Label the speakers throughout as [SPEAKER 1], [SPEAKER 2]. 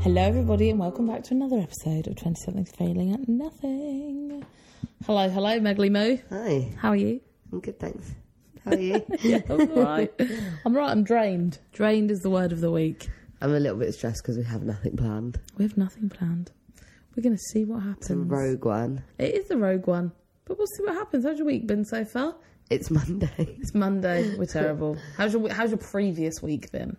[SPEAKER 1] Hello, everybody, and welcome back to another episode of 20 Something's Failing at Nothing. Hello, hello, Megly Moo.
[SPEAKER 2] Hi,
[SPEAKER 1] How are you?
[SPEAKER 2] I'm good, thanks. How are you?
[SPEAKER 1] I'm all right. I'm right, I'm drained. Drained is the word of the week.
[SPEAKER 2] I'm a little bit stressed because we have nothing planned.
[SPEAKER 1] We have nothing planned. We're going to see what
[SPEAKER 2] It's a
[SPEAKER 1] happens.
[SPEAKER 2] rogue one.
[SPEAKER 1] It is the rogue one, but we'll see what happens. How's your week been so far?
[SPEAKER 2] It's Monday.
[SPEAKER 1] It's Monday. We're terrible. How's your How's your previous week been?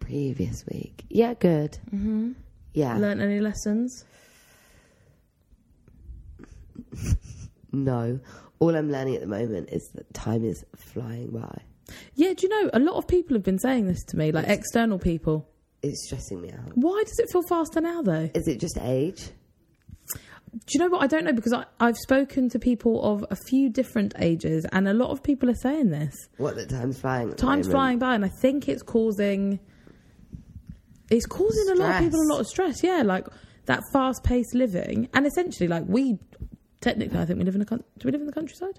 [SPEAKER 2] Previous week. Yeah, good. Mm-hmm. Yeah.
[SPEAKER 1] Learned any lessons?
[SPEAKER 2] no. All I'm learning at the moment is that time is flying by.
[SPEAKER 1] Yeah, do you know a lot of people have been saying this to me, like external people.
[SPEAKER 2] It's stressing me out.
[SPEAKER 1] Why does it feel faster now though?
[SPEAKER 2] Is it just age?
[SPEAKER 1] Do you know what? I don't know because I, I've spoken to people of a few different ages, and a lot of people are saying this.
[SPEAKER 2] What that time's flying? at the
[SPEAKER 1] Time's
[SPEAKER 2] moment?
[SPEAKER 1] flying by, and I think it's causing. It's causing a lot of people a
[SPEAKER 2] Stress.
[SPEAKER 1] lot of stress. Yeah, like that fast-paced living, and essentially, like we technically, I think we live in a coun- do we live in the countryside?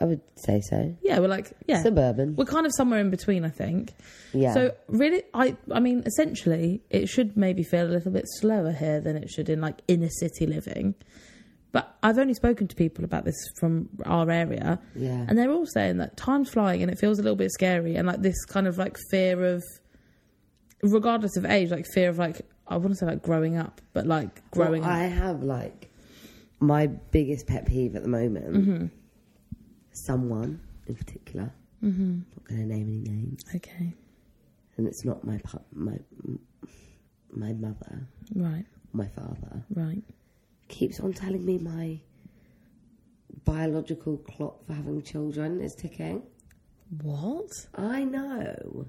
[SPEAKER 2] I would say so.
[SPEAKER 1] Yeah, we're like yeah,
[SPEAKER 2] Suburban.
[SPEAKER 1] we're kind of somewhere in between, I think.
[SPEAKER 2] Yeah.
[SPEAKER 1] So really, I I mean, essentially, it should maybe feel a little bit slower here than it should in like inner city living. But I've only spoken to people about this from our area,
[SPEAKER 2] Yeah.
[SPEAKER 1] and they're all saying that time's flying and it feels a little bit scary, and like this kind of like fear of, regardless of age, like fear of like I wouldn't say like growing up, but like growing
[SPEAKER 2] Well,
[SPEAKER 1] up.
[SPEAKER 2] I have like my biggest pet peeve at the moment.
[SPEAKER 1] Mm-hmm.
[SPEAKER 2] Someone in particular. Mm-hmm. Not going to name any names.
[SPEAKER 1] Okay,
[SPEAKER 2] and it's not my pa- my my mother,
[SPEAKER 1] right,
[SPEAKER 2] my father
[SPEAKER 1] right.
[SPEAKER 2] keeps on telling me my biological clock for having children is ticking.
[SPEAKER 1] What?
[SPEAKER 2] I know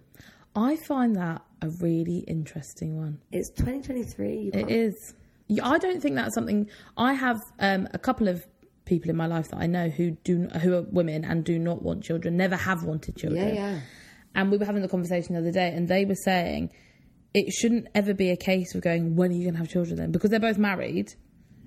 [SPEAKER 1] I find that a really interesting one.
[SPEAKER 2] it's 2023. You
[SPEAKER 1] It
[SPEAKER 2] can't,
[SPEAKER 1] is. Yeah, I don't think that's something. I have um, a couple of people in my life that I know who do who are women and do not want children, never have wanted children.
[SPEAKER 2] yeah, yeah,
[SPEAKER 1] And we were having the conversation the other day, and they were saying it shouldn't ever be a case of going, "When are you going to have children?" Then because they're both married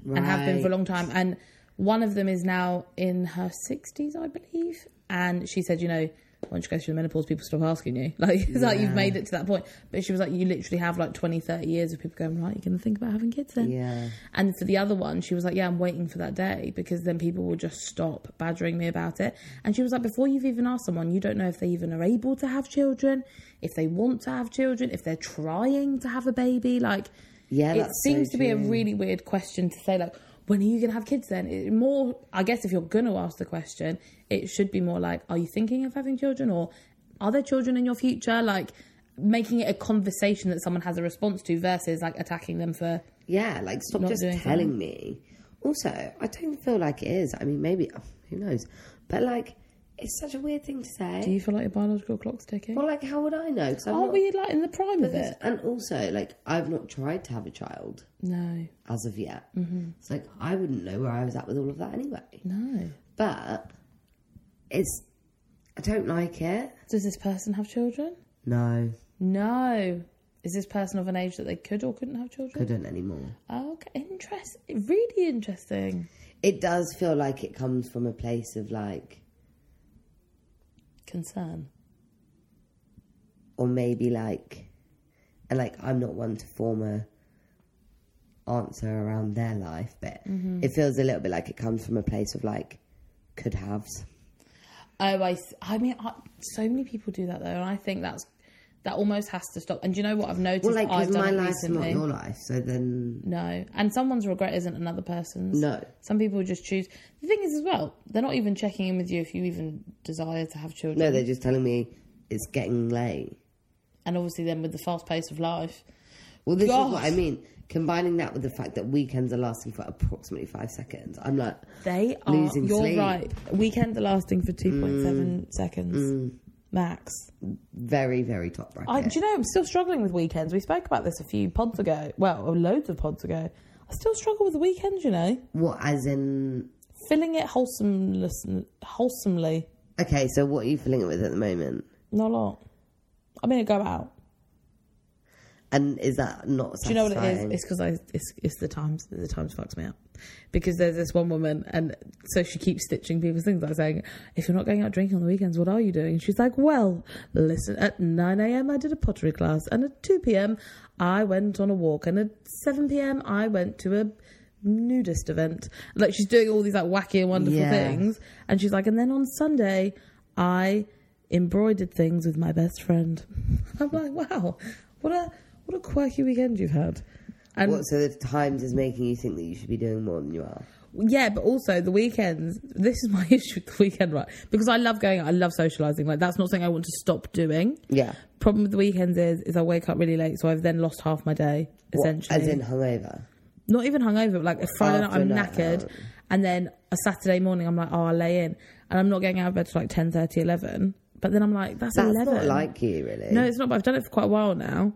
[SPEAKER 1] and have been for a long time, and one of them is now in her sixties, I believe, and she said, "You know." Once you go through the menopause, people stop asking you. Like, it's like you've made it to that point. But she was like, you literally have like 20, 30 years of people going, right, you're going to think about having kids then.
[SPEAKER 2] yeah.
[SPEAKER 1] And for the other one, she was like, Yeah, I'm waiting for that day because then people will just stop badgering me about it. And she was like, Before you've even asked someone, you don't know if they even are able to have children, if they want to have children, if they're trying to have a baby. Like,
[SPEAKER 2] Yeah,
[SPEAKER 1] it
[SPEAKER 2] that's so
[SPEAKER 1] seems to be a
[SPEAKER 2] true.
[SPEAKER 1] really weird question to say, like, when are you going to have kids then? It, more, I guess, if you're going to ask the question, it should be more like, Are you thinking of having children or are there children in your future? Like, making it a conversation that someone has a response to versus like attacking them for
[SPEAKER 2] Yeah, like stop
[SPEAKER 1] Not
[SPEAKER 2] just
[SPEAKER 1] doing
[SPEAKER 2] telling me. Also, I don't feel like it is. I mean, maybe oh, who knows? But like, it's such a weird thing to say.
[SPEAKER 1] Do you feel like your biological clock's ticking?
[SPEAKER 2] well, like, how would I know? Because I'm
[SPEAKER 1] Aren't
[SPEAKER 2] not-
[SPEAKER 1] we like in the prime of it?
[SPEAKER 2] And also, like, I've not tried to have a child.
[SPEAKER 1] No,
[SPEAKER 2] as of yet.
[SPEAKER 1] Mm-hmm.
[SPEAKER 2] It's like I wouldn't know where I was at with all of that anyway.
[SPEAKER 1] no.
[SPEAKER 2] But it's I don't like it.
[SPEAKER 1] Does this person have children?
[SPEAKER 2] No,
[SPEAKER 1] No. Is this person of an age that they could or couldn't have children?
[SPEAKER 2] couldn't anymore.
[SPEAKER 1] Oh, okay, interesting. Really interesting.
[SPEAKER 2] It does feel like it comes from a place of like,
[SPEAKER 1] Concern.
[SPEAKER 2] or maybe like, and like I'm not one to form a answer around their life, but
[SPEAKER 1] Mm-hmm.
[SPEAKER 2] it feels a little bit like it comes from a place of like, could haves.
[SPEAKER 1] Oh, I. s- I mean, I, so many people do that though, and I think that's that almost has to stop. And do you know what I've noticed?
[SPEAKER 2] Well, like
[SPEAKER 1] "Oh, I've
[SPEAKER 2] because
[SPEAKER 1] done
[SPEAKER 2] my
[SPEAKER 1] it
[SPEAKER 2] life's not
[SPEAKER 1] recently.
[SPEAKER 2] your life, so then
[SPEAKER 1] No, and someone's regret isn't another person's.
[SPEAKER 2] No.
[SPEAKER 1] Some people just choose. The thing is, as well, they're not even checking in with you if you even desire to have children.
[SPEAKER 2] no, they're just telling me it's getting late.
[SPEAKER 1] and obviously then with the fast pace of life
[SPEAKER 2] Well, this
[SPEAKER 1] God.
[SPEAKER 2] is what I mean. Combining that with the fact that weekends are lasting for approximately five seconds, I'm like,
[SPEAKER 1] they are
[SPEAKER 2] Losing
[SPEAKER 1] you're
[SPEAKER 2] sleep. Mm.
[SPEAKER 1] right weekends are lasting for 2.7 seconds max
[SPEAKER 2] very, very top bracket.
[SPEAKER 1] I, do you know i'm still struggling with weekends we spoke about this a few pods ago well loads of pods ago i still struggle with the weekends you know
[SPEAKER 2] what, as in?
[SPEAKER 1] filling it wholesomeness, wholesomely
[SPEAKER 2] Okay, so what are you filling it with at the moment?
[SPEAKER 1] not a lot i mean i go out
[SPEAKER 2] And is that not?
[SPEAKER 1] do you know what it is
[SPEAKER 2] satisfying?
[SPEAKER 1] it's because i it's, it's the times the times fucks me up because there's this one woman, and so she keeps stitching people's things like saying, "If you're not going out drinking on the weekends, what are you doing?" And she's like, "Well, listen, at 9 a.m. I did a pottery class, and at 2 p.m. I went on a walk, and at 7 p.m. I went to a nudist event." Like she's doing all these like wacky and wonderful
[SPEAKER 2] Yeah.
[SPEAKER 1] things, and she's like, "And then on Sunday, I." Embroidered things with my best friend. I'm like, wow, what a what a quirky weekend you've had. And
[SPEAKER 2] what, so the Times is making you think that you should be doing more than you are.
[SPEAKER 1] yeah, but also the weekends. This is my issue with the weekend, right? Because I love going out, I love socializing. Like that's not something I want to stop doing.
[SPEAKER 2] Yeah.
[SPEAKER 1] Problem with the weekends is, is I wake up really late, so I've then lost half my day
[SPEAKER 2] What,
[SPEAKER 1] essentially.
[SPEAKER 2] as in hungover.
[SPEAKER 1] not even hungover, but like a Friday night
[SPEAKER 2] After
[SPEAKER 1] I'm
[SPEAKER 2] a night
[SPEAKER 1] knackered,
[SPEAKER 2] out.
[SPEAKER 1] and then a Saturday morning I'm like, oh, I'll lay in, and I'm not getting out of bed till like 10, 11. But then I'm like, that's,
[SPEAKER 2] That's
[SPEAKER 1] eleven.
[SPEAKER 2] not like you, really.
[SPEAKER 1] No, it's not. But I've done it for quite a while now,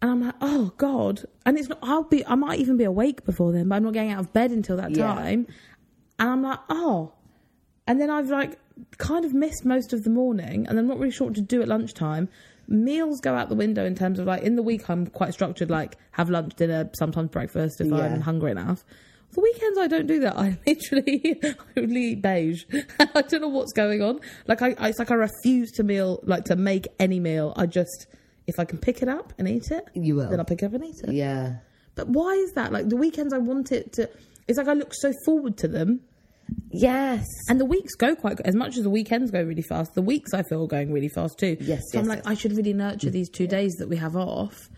[SPEAKER 1] and I'm like, oh god. And it's not. I'll be. I might even be awake before then, but I'm not getting out of bed until that
[SPEAKER 2] Yeah.
[SPEAKER 1] time. And I'm like, oh. And then I've like kind of missed most of the morning, and I'm not really sure what to do at lunchtime. Meals go out the window in terms of like in the week I'm quite structured, like have lunch, dinner, sometimes breakfast if
[SPEAKER 2] Yeah.
[SPEAKER 1] I'm hungry enough. The weekends I don't do that. I literally only eat beige. I don't know what's going on. Like I, I, it's like I refuse to meal, like to make any meal. I just if I can pick it up and eat it,
[SPEAKER 2] You will.
[SPEAKER 1] Then I'll pick it up and eat it.
[SPEAKER 2] Yeah.
[SPEAKER 1] But why is that? Like the weekends, I want it to. It's like I look so forward to them.
[SPEAKER 2] Yes.
[SPEAKER 1] And the weeks go quite as much as the weekends go really fast. The weeks I feel are going really fast too.
[SPEAKER 2] Yes,
[SPEAKER 1] So I'm
[SPEAKER 2] yes,
[SPEAKER 1] like, I should really nurture these two days that we have off.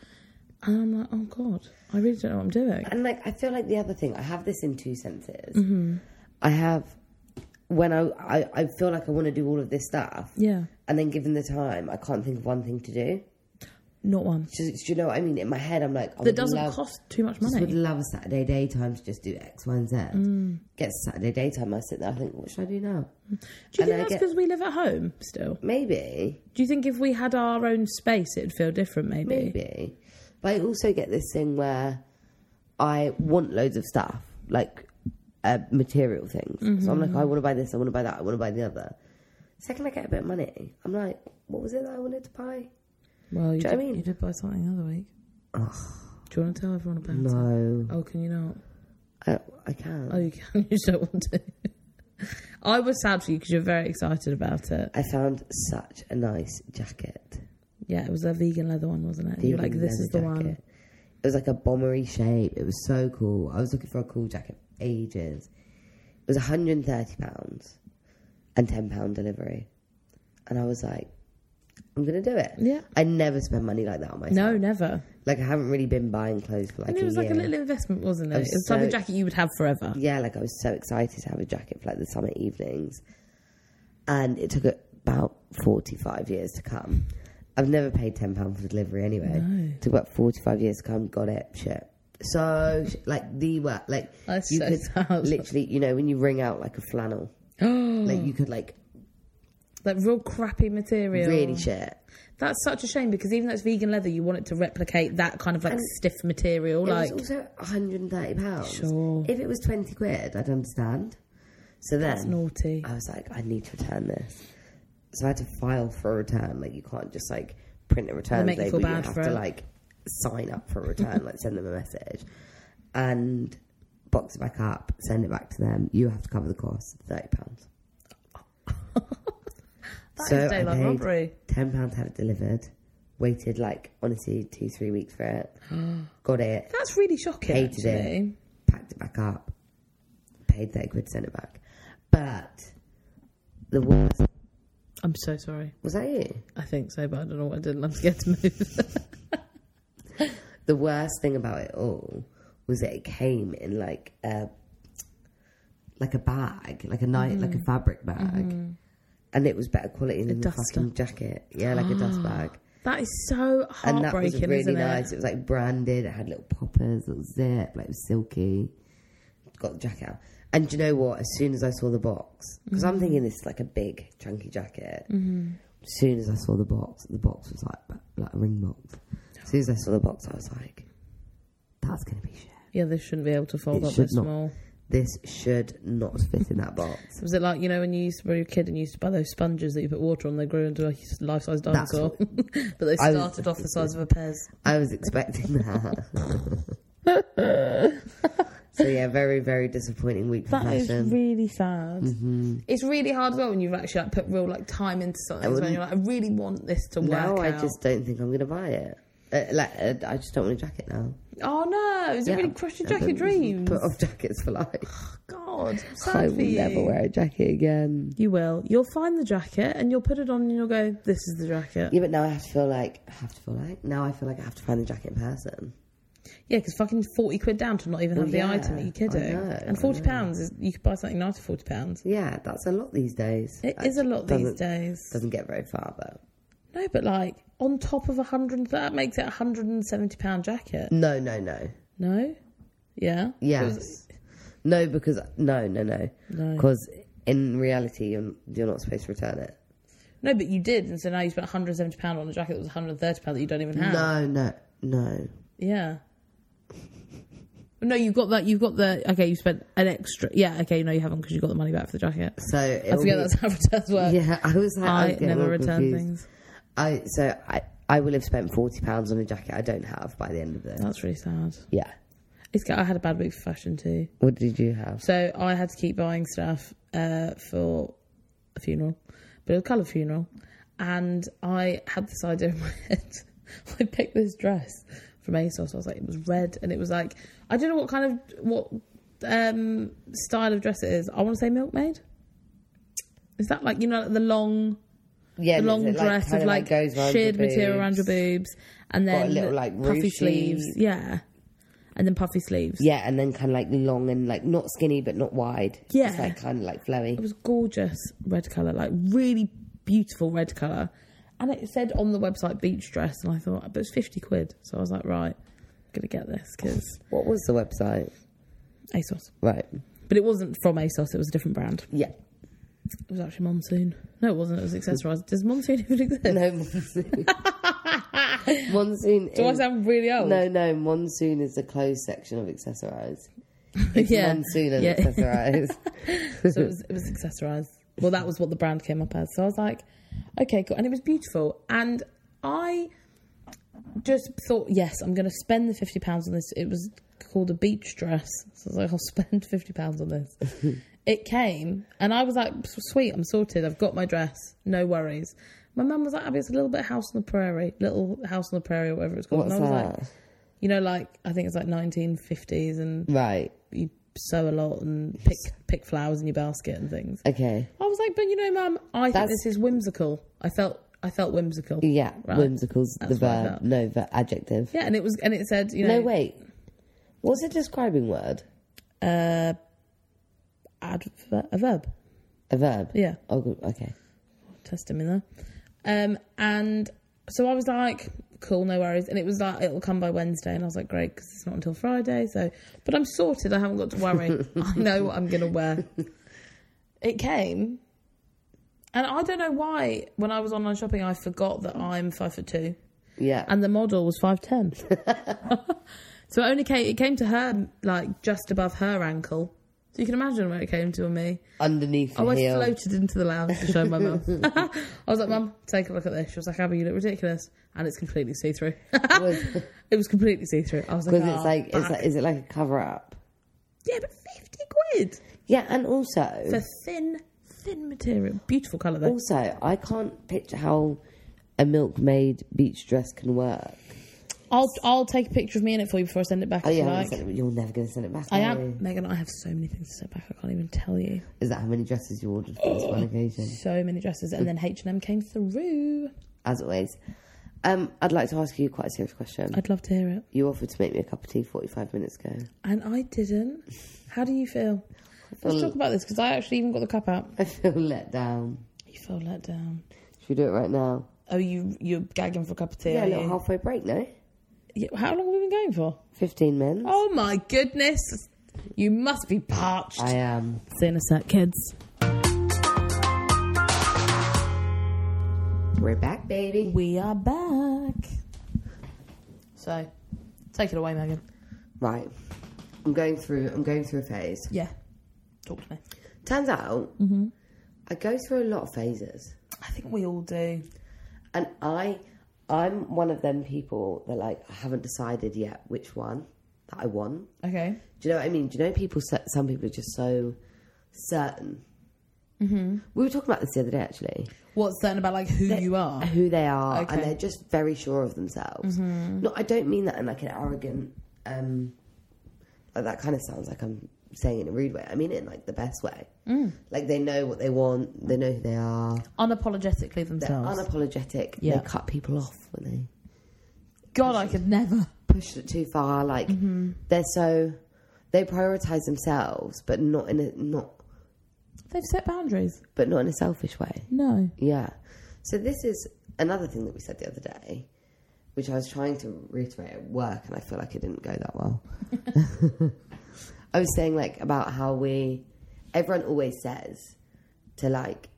[SPEAKER 1] And I'm like, oh god, I really don't know what I'm doing.
[SPEAKER 2] And like, I feel like the other thing, I have this in two senses.
[SPEAKER 1] Mm-hmm.
[SPEAKER 2] I have when I, I I feel like I want to do all of this stuff,
[SPEAKER 1] Yeah,
[SPEAKER 2] and then given the time, I can't think of one thing to do.
[SPEAKER 1] not one
[SPEAKER 2] Just, do you know what I mean? In my head, I'm like, I
[SPEAKER 1] that
[SPEAKER 2] would
[SPEAKER 1] doesn't
[SPEAKER 2] love,
[SPEAKER 1] cost too much
[SPEAKER 2] Just would
[SPEAKER 1] money. Mm.
[SPEAKER 2] love a Saturday daytime to just do X, Y, and Z. Get Saturday daytime, I sit there, I think, what should I do now?
[SPEAKER 1] Do you
[SPEAKER 2] and
[SPEAKER 1] think
[SPEAKER 2] I
[SPEAKER 1] that's
[SPEAKER 2] get-
[SPEAKER 1] because we live at home still?
[SPEAKER 2] Maybe,
[SPEAKER 1] Do you think if we had our own space, it'd feel different? Maybe.
[SPEAKER 2] maybe. But I also get this thing where I want loads of stuff, like uh, material things. So I'm like, I want to buy this, I want to buy that, I want to buy the other. Second, I get a bit of money. I'm like, what was it that I wanted to buy?
[SPEAKER 1] Well, you,
[SPEAKER 2] Do
[SPEAKER 1] did,
[SPEAKER 2] you know what I mean?
[SPEAKER 1] you did buy something the other week. Do you want to tell everyone about it?
[SPEAKER 2] No,
[SPEAKER 1] Oh, can you not?
[SPEAKER 2] I, I can't.
[SPEAKER 1] Oh, you can. You just don't want to. I was sad for you because you're very excited about it.
[SPEAKER 2] I found such a nice jacket.
[SPEAKER 1] Yeah, it was a vegan leather one, wasn't it? You're like,
[SPEAKER 2] Vegan
[SPEAKER 1] this is the
[SPEAKER 2] leather
[SPEAKER 1] one.
[SPEAKER 2] jacket. It was like a bombery shape. It was so cool. I was looking for a cool jacket for ages. It was £130 and £10 delivery. And I was like, I'm going to do it.
[SPEAKER 1] Yeah.
[SPEAKER 2] I never spend money like that on myself.
[SPEAKER 1] No, never.
[SPEAKER 2] Like, I haven't really been buying clothes for like
[SPEAKER 1] and it
[SPEAKER 2] a
[SPEAKER 1] was
[SPEAKER 2] year.
[SPEAKER 1] like a little investment, wasn't it?
[SPEAKER 2] I
[SPEAKER 1] It
[SPEAKER 2] was
[SPEAKER 1] was like a
[SPEAKER 2] so-
[SPEAKER 1] jacket you would have forever.
[SPEAKER 2] yeah, like I was so excited to have a jacket for like the summer evenings. And it took about 45 years to come. I've never paid £10 for delivery anyway. took about 45 years to come, got it, shit. So, sh- like, the work, like,
[SPEAKER 1] That's
[SPEAKER 2] you
[SPEAKER 1] so
[SPEAKER 2] could
[SPEAKER 1] sad.
[SPEAKER 2] literally, you know, when you wring out like a flannel, like,
[SPEAKER 1] Mm.
[SPEAKER 2] you could, like,
[SPEAKER 1] Like real crappy material.
[SPEAKER 2] really shit.
[SPEAKER 1] That's such a shame because even though it's vegan leather, you want it to replicate that kind of like stiff material.
[SPEAKER 2] It
[SPEAKER 1] Like,
[SPEAKER 2] was also £130.
[SPEAKER 1] Sure.
[SPEAKER 2] If it was 20 quid, I'd understand. So then.
[SPEAKER 1] it's naughty.
[SPEAKER 2] I was like, I need to return this. So I had to file for a return. Like you can't just like print a return
[SPEAKER 1] make you
[SPEAKER 2] label.
[SPEAKER 1] feel
[SPEAKER 2] You
[SPEAKER 1] bad
[SPEAKER 2] have
[SPEAKER 1] for
[SPEAKER 2] to
[SPEAKER 1] it.
[SPEAKER 2] like sign up for a return, like send them a message, and box it back up, send it back to them. You have to cover the cost, thirty pounds.
[SPEAKER 1] That is daylight robbery.
[SPEAKER 2] Ten pounds to have it delivered. Waited like honestly two three weeks for it. Got it.
[SPEAKER 1] That's really shocking.
[SPEAKER 2] Hated it.
[SPEAKER 1] actually.
[SPEAKER 2] Packed it back up. Paid thirty quid. Sent it back. But the worst
[SPEAKER 1] I'm so sorry.
[SPEAKER 2] was that you.
[SPEAKER 1] I think so, but I don't know what I did. I'm scared to move.
[SPEAKER 2] the worst thing about it all was that it came in like a like a bag, like a night, like a fabric bag, and it was better quality than the
[SPEAKER 1] duster.
[SPEAKER 2] fucking jacket. Yeah, like a dust bag,
[SPEAKER 1] that is so
[SPEAKER 2] and that was
[SPEAKER 1] heartbreaking,
[SPEAKER 2] really
[SPEAKER 1] isn't
[SPEAKER 2] nice. It? was like branded. It had little poppers, little zip, like it was silky. Got the jacket out. And do you know what? As soon as I saw the box, because
[SPEAKER 1] Mm.
[SPEAKER 2] I'm thinking this is like a big chunky jacket.
[SPEAKER 1] Mm-hmm.
[SPEAKER 2] As soon as I saw the box, the box was like like a ring box. As soon as I saw the box, I was like, "That's gonna be shit."
[SPEAKER 1] it? Yeah, this shouldn't be able to fold
[SPEAKER 2] It
[SPEAKER 1] up
[SPEAKER 2] should
[SPEAKER 1] this
[SPEAKER 2] not.
[SPEAKER 1] small.
[SPEAKER 2] this should not fit in that box.
[SPEAKER 1] Was it like you know when you used to, when you were a kid and you used to buy those sponges that you put water on? They grew into a life-size
[SPEAKER 2] That's
[SPEAKER 1] dinosaur, but they
[SPEAKER 2] I was-
[SPEAKER 1] started off the size of a pear's.
[SPEAKER 2] I was expecting that. So yeah, very very disappointing week for
[SPEAKER 1] That is
[SPEAKER 2] fashion.
[SPEAKER 1] really sad.
[SPEAKER 2] Mm-hmm.
[SPEAKER 1] It's really hard as well when you've actually like, put real like time into something. When you're like, I really want this to
[SPEAKER 2] now
[SPEAKER 1] work
[SPEAKER 2] I
[SPEAKER 1] out.
[SPEAKER 2] just don't think I'm gonna buy it. Uh, like uh, I just don't want a jacket now.
[SPEAKER 1] oh no, is it really crushed your
[SPEAKER 2] I've
[SPEAKER 1] jacket
[SPEAKER 2] been
[SPEAKER 1] dreams?
[SPEAKER 2] Put off jackets for life.
[SPEAKER 1] God, I'm
[SPEAKER 2] I
[SPEAKER 1] sad
[SPEAKER 2] will
[SPEAKER 1] for you.
[SPEAKER 2] never wear a jacket again.
[SPEAKER 1] You will. You'll find the jacket and you'll put it on and you'll go, this is the jacket.
[SPEAKER 2] Yeah, but now I have to feel like I have to feel like now I feel like I have to find the jacket in person.
[SPEAKER 1] Yeah, because fucking 40 quid down to not even have the
[SPEAKER 2] yeah,
[SPEAKER 1] item. Are you
[SPEAKER 2] I
[SPEAKER 1] kidding?
[SPEAKER 2] know,
[SPEAKER 1] And
[SPEAKER 2] I
[SPEAKER 1] 40
[SPEAKER 2] know.
[SPEAKER 1] pounds, is you could buy something nice for 40 pounds.
[SPEAKER 2] Yeah, that's a lot these days.
[SPEAKER 1] It
[SPEAKER 2] That
[SPEAKER 1] is a lot
[SPEAKER 2] doesn't-
[SPEAKER 1] these days.
[SPEAKER 2] Doesn't get very far though.
[SPEAKER 1] No, but like on top of a hundred, that makes it a hundred and seventy pound jacket.
[SPEAKER 2] No, no, no.
[SPEAKER 1] No, yeah,
[SPEAKER 2] Yes. No, because no, no, no.
[SPEAKER 1] No.
[SPEAKER 2] Because in reality, you're, you're not supposed to return it.
[SPEAKER 1] No, but you did, and so now you spent one hundred and seventy pound on a jacket that was one hundred and thirty pound that you don't even have.
[SPEAKER 2] No, no, no.
[SPEAKER 1] Yeah. No, you've got that. You've got the okay. You spent an extra. Yeah, okay. No, you haven't because you got the money back for the jacket.
[SPEAKER 2] So
[SPEAKER 1] I
[SPEAKER 2] it'll
[SPEAKER 1] forget
[SPEAKER 2] be-
[SPEAKER 1] that's how returns work.
[SPEAKER 2] Yeah, I was like, I,
[SPEAKER 1] I
[SPEAKER 2] was getting
[SPEAKER 1] never
[SPEAKER 2] all
[SPEAKER 1] return
[SPEAKER 2] confused.
[SPEAKER 1] things.
[SPEAKER 2] I so I I will have spent forty pounds on a jacket I don't have by the end of this.
[SPEAKER 1] That's really sad.
[SPEAKER 2] Yeah.
[SPEAKER 1] It's. I had a bad week for fashion too.
[SPEAKER 2] What did you have?
[SPEAKER 1] So I had to keep buying stuff uh, for a funeral, but a colour funeral. And I had this idea in my head. I picked this dress from ASOS. I was like, it was red, and it was like, I don't know what kind of what um, style of dress it is. I want to say milkmaid. Is that like you know like the long,
[SPEAKER 2] Yeah,
[SPEAKER 1] the
[SPEAKER 2] is
[SPEAKER 1] long
[SPEAKER 2] it,
[SPEAKER 1] dress
[SPEAKER 2] kinda,
[SPEAKER 1] of like,
[SPEAKER 2] goes round your
[SPEAKER 1] sheared material
[SPEAKER 2] boobs?
[SPEAKER 1] around your boobs, and then
[SPEAKER 2] little, like,
[SPEAKER 1] puffy
[SPEAKER 2] ruchy-
[SPEAKER 1] sleeves, yeah, and then puffy sleeves.
[SPEAKER 2] Yeah, and then kind of like long and like not skinny but not wide.
[SPEAKER 1] Yeah.
[SPEAKER 2] It's like kind of like
[SPEAKER 1] It
[SPEAKER 2] flowy.
[SPEAKER 1] was gorgeous red colour, like really beautiful red colour. And it said on the website beach dress, and I thought, but it's 50 quid. So I was like, right, gonna get this because
[SPEAKER 2] What was the website?
[SPEAKER 1] ASOS.
[SPEAKER 2] Right.
[SPEAKER 1] But it wasn't from ASOS, it was a different brand.
[SPEAKER 2] Yeah.
[SPEAKER 1] It was actually Monsoon. No, it wasn't, it was accessorised. Does Monsoon even exist?
[SPEAKER 2] No, monsoon. monsoon.
[SPEAKER 1] Do I
[SPEAKER 2] is-
[SPEAKER 1] sound really old?
[SPEAKER 2] No, no. Monsoon is the closed section of accessorize. It's
[SPEAKER 1] Yeah.
[SPEAKER 2] monsoon and
[SPEAKER 1] Yeah.
[SPEAKER 2] accessorize.
[SPEAKER 1] so it was, it was accessorized. Well, that was what the brand came up as. So I was like, okay, cool. And it was beautiful. And I just thought, yes, I'm going to spend the £50 on this. It was called a beach dress. So I was like, I'll spend £50 on this. it came, and I was like, sweet, I'm sorted. I've got my dress. No worries. My mum was like, Abby, it's a little bit house on the prairie, little house on the prairie, or whatever it's called.
[SPEAKER 2] What's
[SPEAKER 1] and I was
[SPEAKER 2] that?
[SPEAKER 1] like, you know, like, I think it's like 1950s, and
[SPEAKER 2] right.
[SPEAKER 1] you sow a lot and pick pick flowers in your basket and things.
[SPEAKER 2] Okay.
[SPEAKER 1] I was like, but you know, mum, I think
[SPEAKER 2] That's-
[SPEAKER 1] this is whimsical. I felt I felt whimsical.
[SPEAKER 2] Yeah.
[SPEAKER 1] Right.
[SPEAKER 2] Whimsical's the
[SPEAKER 1] That's what I
[SPEAKER 2] verb.
[SPEAKER 1] felt.
[SPEAKER 2] No, ver- adjective.
[SPEAKER 1] Yeah, and it was, and it said, you know,
[SPEAKER 2] No, wait. What's a describing word?
[SPEAKER 1] adver- a verb.
[SPEAKER 2] A verb.
[SPEAKER 1] Yeah,
[SPEAKER 2] Oh, good. okay.
[SPEAKER 1] test him in there. Um, and so I was like, cool, no worries. And it was like, it'll come by Wednesday, and I was like, great, because it's not until Friday. So, but I'm sorted. I haven't got to worry. I know what I'm gonna wear. It came, and I don't know why. When I was online shopping, I forgot that I'm five foot two.
[SPEAKER 2] Yeah.
[SPEAKER 1] and the model was 5'10 so it only came it came to her like just above her ankle so you can imagine where it came to on me
[SPEAKER 2] Underneath
[SPEAKER 1] i
[SPEAKER 2] the
[SPEAKER 1] always
[SPEAKER 2] heel.
[SPEAKER 1] floated into the lounge to show my mum i was like mum take a look at this she was like abby you look ridiculous and it's completely see-through
[SPEAKER 2] Was-
[SPEAKER 1] it was completely see-through i was like,
[SPEAKER 2] Because it's
[SPEAKER 1] "Ah,
[SPEAKER 2] like, it's
[SPEAKER 1] fuck."
[SPEAKER 2] like, is it like a cover up?
[SPEAKER 1] yeah but 50 quid
[SPEAKER 2] Yeah, and also,
[SPEAKER 1] for thin thin material beautiful colour though
[SPEAKER 2] also, I can't picture how a milkmaid beach dress can work.
[SPEAKER 1] i'll i'll take a picture of me in it for you before i send it back
[SPEAKER 2] Oh
[SPEAKER 1] if
[SPEAKER 2] yeah,
[SPEAKER 1] you
[SPEAKER 2] I'm gonna
[SPEAKER 1] like.
[SPEAKER 2] send it- Mm. you're never going to send it back.
[SPEAKER 1] i
[SPEAKER 2] are
[SPEAKER 1] am
[SPEAKER 2] you?
[SPEAKER 1] megan i have so many things to send back i can't even tell you
[SPEAKER 2] Is that how many dresses you ordered for this one occasion?
[SPEAKER 1] so many dresses and then h&m came through
[SPEAKER 2] As always, um, I'd like to ask you quite a serious question.
[SPEAKER 1] i'd love to hear it
[SPEAKER 2] You offered to make me a cup of tea 45 minutes ago.
[SPEAKER 1] and i didn't how do you feel let's talk about this because i actually even got the cup out
[SPEAKER 2] I feel let down.
[SPEAKER 1] you feel let down
[SPEAKER 2] Should we do it right now?
[SPEAKER 1] oh you you're gagging for a cup of tea
[SPEAKER 2] Yeah,
[SPEAKER 1] are
[SPEAKER 2] a little
[SPEAKER 1] you?
[SPEAKER 2] halfway break, no?
[SPEAKER 1] Yeah, how long have we been going for
[SPEAKER 2] 15 minutes.
[SPEAKER 1] oh my goodness you must be parched
[SPEAKER 2] I um, am.
[SPEAKER 1] see you in a sec kids
[SPEAKER 2] We're back, baby.
[SPEAKER 1] we are back so take it away megan
[SPEAKER 2] Right. I'm going through, I'm going through a phase.
[SPEAKER 1] yeah talk to me
[SPEAKER 2] Turns out, I go through a lot of phases,
[SPEAKER 1] i think we all do
[SPEAKER 2] and I, I'm one of them people that like I haven't decided yet which one. that I want.
[SPEAKER 1] Okay.
[SPEAKER 2] Do you know what I mean? Do you know people? so- Some people are just so certain. Mm-hmm. We were talking about this the other day, actually.
[SPEAKER 1] What's certain about like who you are?
[SPEAKER 2] who they are,
[SPEAKER 1] Okay. Mm-hmm.
[SPEAKER 2] and they're just very sure of themselves. No, I don't mean that in like an arrogant. Um, like that kind of sounds like I'm saying it in a rude way. I mean it in like the best way.
[SPEAKER 1] Mm.
[SPEAKER 2] Like they know what they want. They know who they are.
[SPEAKER 1] Unapologetically
[SPEAKER 2] They're
[SPEAKER 1] themselves.
[SPEAKER 2] unapologetic.
[SPEAKER 1] Yeah.
[SPEAKER 2] They cut people off when they
[SPEAKER 1] God, I could never.
[SPEAKER 2] pushed it too far. Like
[SPEAKER 1] Mm-hmm.
[SPEAKER 2] they're so they prioritize themselves, but not in a not
[SPEAKER 1] They've set boundaries.
[SPEAKER 2] but not in a selfish way.
[SPEAKER 1] No.
[SPEAKER 2] Yeah. So this is another thing that we said the other day, which I was trying to reiterate at work, and I feel like it didn't go that well. I was saying like about how we everyone always says to like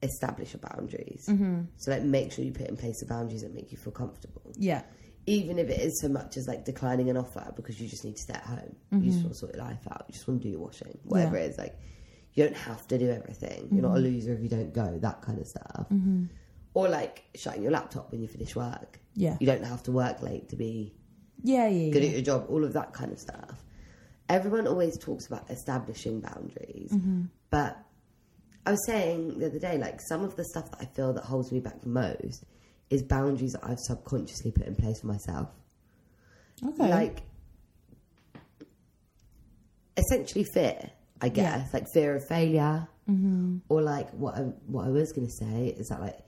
[SPEAKER 2] establish your boundaries. So like make sure you put in place the boundaries that make you feel comfortable.
[SPEAKER 1] Yeah.
[SPEAKER 2] even if it is so much as like declining an offer because you just need to stay at home, you just want to sort your life out, you just want to do your washing, whatever it is. Like, you don't have to do everything. You're not a loser if you don't go. That kind of stuff. Or like shutting your laptop when you finish work.
[SPEAKER 1] Yeah.
[SPEAKER 2] You don't have to work late to be
[SPEAKER 1] Yeah. Yeah.
[SPEAKER 2] good
[SPEAKER 1] yeah.
[SPEAKER 2] at your job, all of that kind of stuff. Everyone always talks about establishing boundaries, but I was saying the other day, like some of the stuff that I feel that holds me back the most is boundaries that I've subconsciously put in place for myself.
[SPEAKER 1] Okay.
[SPEAKER 2] Like, essentially fear, I guess, like fear of failure, mm-hmm. or like what I, what I was gonna say is that like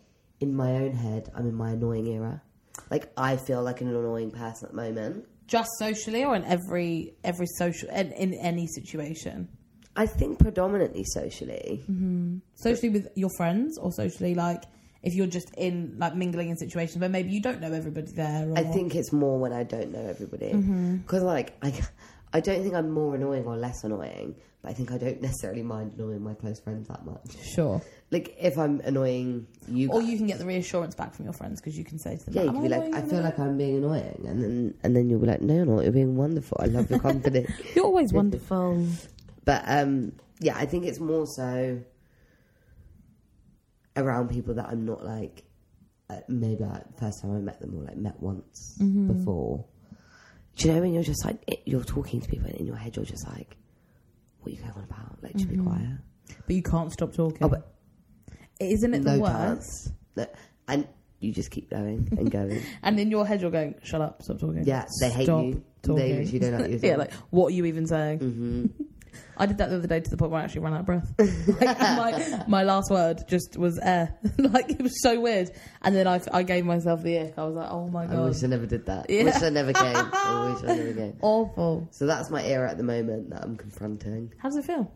[SPEAKER 2] in my own head, I'm in my annoying era. Like I feel like an annoying person at the moment.
[SPEAKER 1] just socially or in every every social in, in any situation.
[SPEAKER 2] I think predominantly socially.
[SPEAKER 1] Socially with your friends or socially like if you're just in like mingling in situations where maybe you don't know everybody there. Or,
[SPEAKER 2] I think it's more when I don't know everybody
[SPEAKER 1] Mm-hmm.
[SPEAKER 2] because, like, I, I don't think I'm more annoying or less annoying, but I think I don't necessarily mind annoying my close friends that much.
[SPEAKER 1] sure.
[SPEAKER 2] Like, if I'm annoying you,
[SPEAKER 1] Or
[SPEAKER 2] guys-
[SPEAKER 1] you can get the reassurance back from your friends because you can say to them,
[SPEAKER 2] yeah, you
[SPEAKER 1] "Am
[SPEAKER 2] can be like,
[SPEAKER 1] annoying
[SPEAKER 2] I
[SPEAKER 1] you?"
[SPEAKER 2] feel like I'm being annoying, and then and then you'll be like, No, you're not. You're being wonderful. I love your company.
[SPEAKER 1] You're always wonderful.
[SPEAKER 2] But um, yeah, I think it's more so around people that I'm not like uh, maybe like the first time I met them or like met once
[SPEAKER 1] Mm-hmm.
[SPEAKER 2] before. Do you know when you're just like it, you're talking to people and in your head you're just like, what are you going on about? Like,
[SPEAKER 1] Mm-hmm.
[SPEAKER 2] just be quiet.
[SPEAKER 1] But you can't stop talking.
[SPEAKER 2] Oh, but
[SPEAKER 1] Isn't it the
[SPEAKER 2] no
[SPEAKER 1] worst?
[SPEAKER 2] chance. No. And you just keep going and going.
[SPEAKER 1] And in your head, you're going, shut up, stop talking.
[SPEAKER 2] Yeah, they hate
[SPEAKER 1] Stop
[SPEAKER 2] you. They
[SPEAKER 1] Talking.
[SPEAKER 2] literally don't like you at
[SPEAKER 1] yeah,
[SPEAKER 2] all. Mm-hmm.
[SPEAKER 1] like, what are you even saying? I did that the other day to the point where I actually ran out of breath. like, my, my last word just was air. like, it was so weird. And then I, I gave myself the ick. I was like, oh my
[SPEAKER 2] I
[SPEAKER 1] God.
[SPEAKER 2] wish I never did that.
[SPEAKER 1] Yeah.
[SPEAKER 2] I wish I never came. I wish I never came.
[SPEAKER 1] Awful.
[SPEAKER 2] So that's my era at the moment that I'm confronting.
[SPEAKER 1] How does it feel?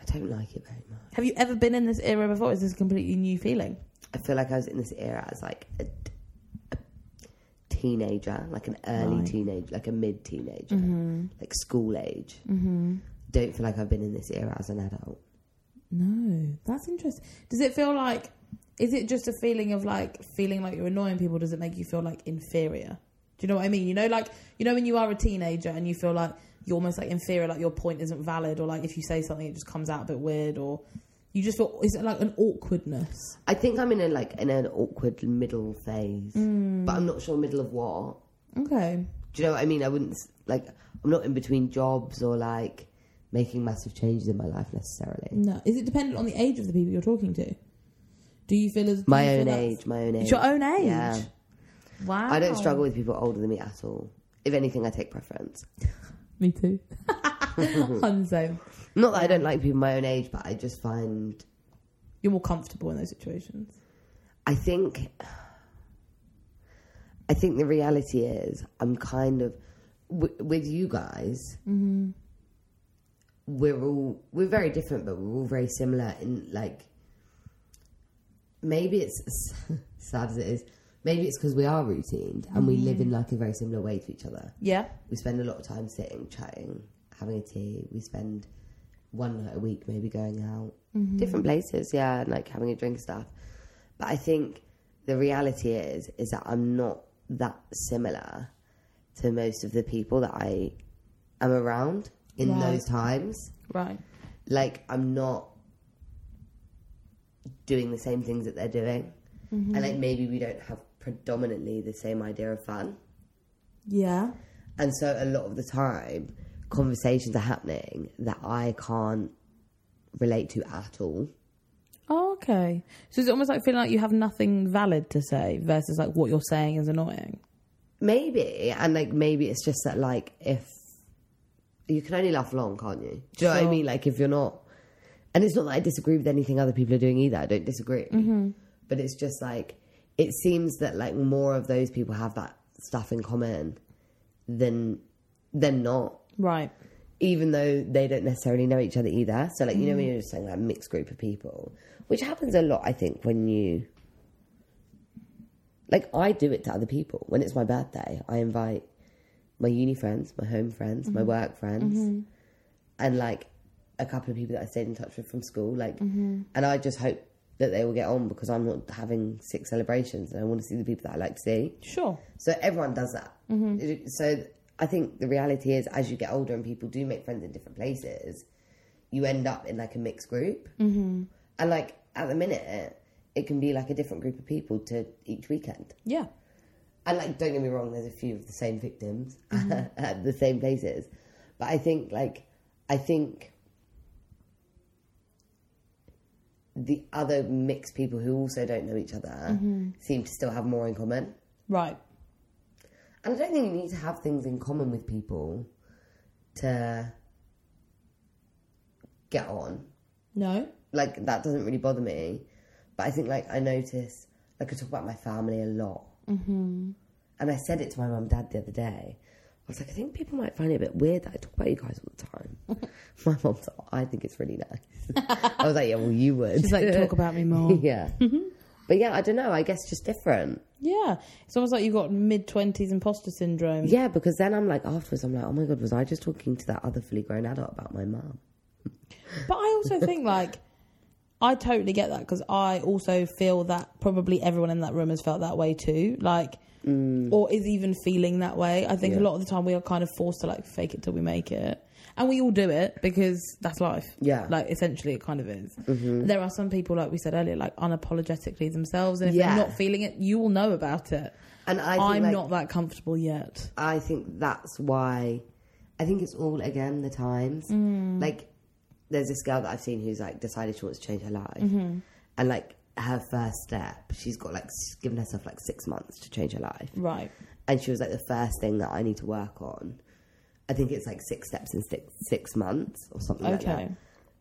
[SPEAKER 2] I don't like it very much.
[SPEAKER 1] Have you ever been in this era before? Is this a completely new feeling?
[SPEAKER 2] I feel like I was in this era as like a, a teenager, like an early
[SPEAKER 1] Right. Mm-hmm.
[SPEAKER 2] teenage, like a mid teenager, like school age. Don't feel like I've been in this era as an adult.
[SPEAKER 1] No, that's interesting. Does it feel like, is it just a feeling of like feeling like you're annoying people? Does it make you feel like inferior? Do you know what I mean? You know, like, you know, when you are a teenager and you feel like you're almost like inferior, like your point isn't valid, or like if you say something, it just comes out a bit weird, or you just feel, is it like an awkwardness?
[SPEAKER 2] I think I'm in a like in an awkward middle phase,
[SPEAKER 1] Mm-hmm.
[SPEAKER 2] but I'm not sure middle of what.
[SPEAKER 1] Okay.
[SPEAKER 2] Do you know what I mean? I wouldn't s- like. I'm not in between jobs or like making massive changes in my life necessarily.
[SPEAKER 1] No. Is it dependent on the age of the people you're talking to? Do you feel as. do you
[SPEAKER 2] My
[SPEAKER 1] feel
[SPEAKER 2] own
[SPEAKER 1] that's-
[SPEAKER 2] age, my own age.
[SPEAKER 1] It's your own age? Oh.
[SPEAKER 2] Yeah.
[SPEAKER 1] Wow.
[SPEAKER 2] I don't struggle with people older than me at all. If anything, I take preference.
[SPEAKER 1] Me too. I'm the same.
[SPEAKER 2] Not that I don't like people my own age, but I just find
[SPEAKER 1] You're more comfortable in those situations.
[SPEAKER 2] I think I think the reality is I'm kind of w- with you guys.
[SPEAKER 1] Mm-hmm.
[SPEAKER 2] We're all we're very different, but we're all very similar in like maybe it's as sad as it is. Maybe it's because we are routined and we
[SPEAKER 1] Mm-hmm.
[SPEAKER 2] live in like a very similar way to each other.
[SPEAKER 1] Yeah.
[SPEAKER 2] We spend a lot of time sitting, chatting, having a tea. We spend one night a week maybe going out, different places, yeah, and like having a drink and stuff. But I think the reality is is that I'm not that similar to most of the people that I am around in
[SPEAKER 1] Right.
[SPEAKER 2] those times.
[SPEAKER 1] Right.
[SPEAKER 2] Like I'm not doing the same things that they're doing. And like maybe we don't have predominantly the same idea of fun.
[SPEAKER 1] Yeah.
[SPEAKER 2] And so a lot of the time, conversations are happening that I can't relate to at all.
[SPEAKER 1] Oh, okay. So it's almost like feeling like you have nothing valid to say versus like what you're saying is annoying.
[SPEAKER 2] Maybe, and like maybe it's just that like if you can only laugh long, can't you? Do you know what I
[SPEAKER 1] Sure.
[SPEAKER 2] mean? Like if you're not, and it's not that I disagree with anything other people are doing either. I don't disagree, but it's just like it seems that like more of those people have that stuff in common than than not
[SPEAKER 1] Right.
[SPEAKER 2] even though they don't necessarily know each other either. So, like, you know, when you're just saying like mixed group of people, which happens a lot, I think, when you like, I do it to other people. When it's my birthday, I invite my uni friends, my home friends, my work friends, and like a couple of people that I stayed in touch with from school. Like, and I just hope that they will get on because I'm not having six celebrations and I want to see the people that I like to see.
[SPEAKER 1] Sure.
[SPEAKER 2] So everyone does that. So I think the reality is, as you get older and people do make friends in different places, you end up in like a mixed group. Mm-hmm. And like at the minute, it can be like a different group of people to each weekend.
[SPEAKER 1] Yeah.
[SPEAKER 2] And like, don't get me wrong, there's a few of the same victims at the same places. But I think like, I think the other mixed people who also don't know each other seem to still have more in common.
[SPEAKER 1] Right.
[SPEAKER 2] And I don't think you need to have things in common with people to get on.
[SPEAKER 1] No.
[SPEAKER 2] Like that doesn't really bother me, but I think like I notice like I talk about my family a lot, mm-hmm. and I said it to my mum and dad the other day. I was like, I think people might find it a bit weird that I talk about you guys all the time. my mum's like, I think it's really nice. I was like, yeah, well, you would.
[SPEAKER 1] Just like talk about me more.
[SPEAKER 2] yeah. But yeah, I don't know. I guess just different.
[SPEAKER 1] Yeah. It's almost like you've got mid 20s imposter syndrome.
[SPEAKER 2] Yeah, because then I'm like afterwards, I'm like, oh my god, was I just talking to that other fully grown adult about my mum?
[SPEAKER 1] But I also think like I totally get that because I also feel that probably everyone in that room has felt that way too, like or is even feeling that way. I think a
[SPEAKER 2] Mm. Yeah.
[SPEAKER 1] lot of the time we are kind of forced to like fake it till we make it, and we all do it because that's life.
[SPEAKER 2] Yeah. Mm-hmm.
[SPEAKER 1] like essentially it kind of is. There are some people like we said earlier, like unapologetically themselves, and if
[SPEAKER 2] Yeah.
[SPEAKER 1] they're not feeling it, you will know about it.
[SPEAKER 2] And I think,
[SPEAKER 1] I'm
[SPEAKER 2] like,
[SPEAKER 1] not that comfortable yet.
[SPEAKER 2] I think that's why. I think it's all again the times.
[SPEAKER 1] Mm.
[SPEAKER 2] Like, there's this girl that I've seen who's like decided she wants to change her life,
[SPEAKER 1] Mm-hmm.
[SPEAKER 2] and like her first step, she's got like she's given herself like six months to change her life,
[SPEAKER 1] Right.
[SPEAKER 2] and she was like the first thing that I need to work on. I think it's like six steps in six six months or something like that.
[SPEAKER 1] Okay.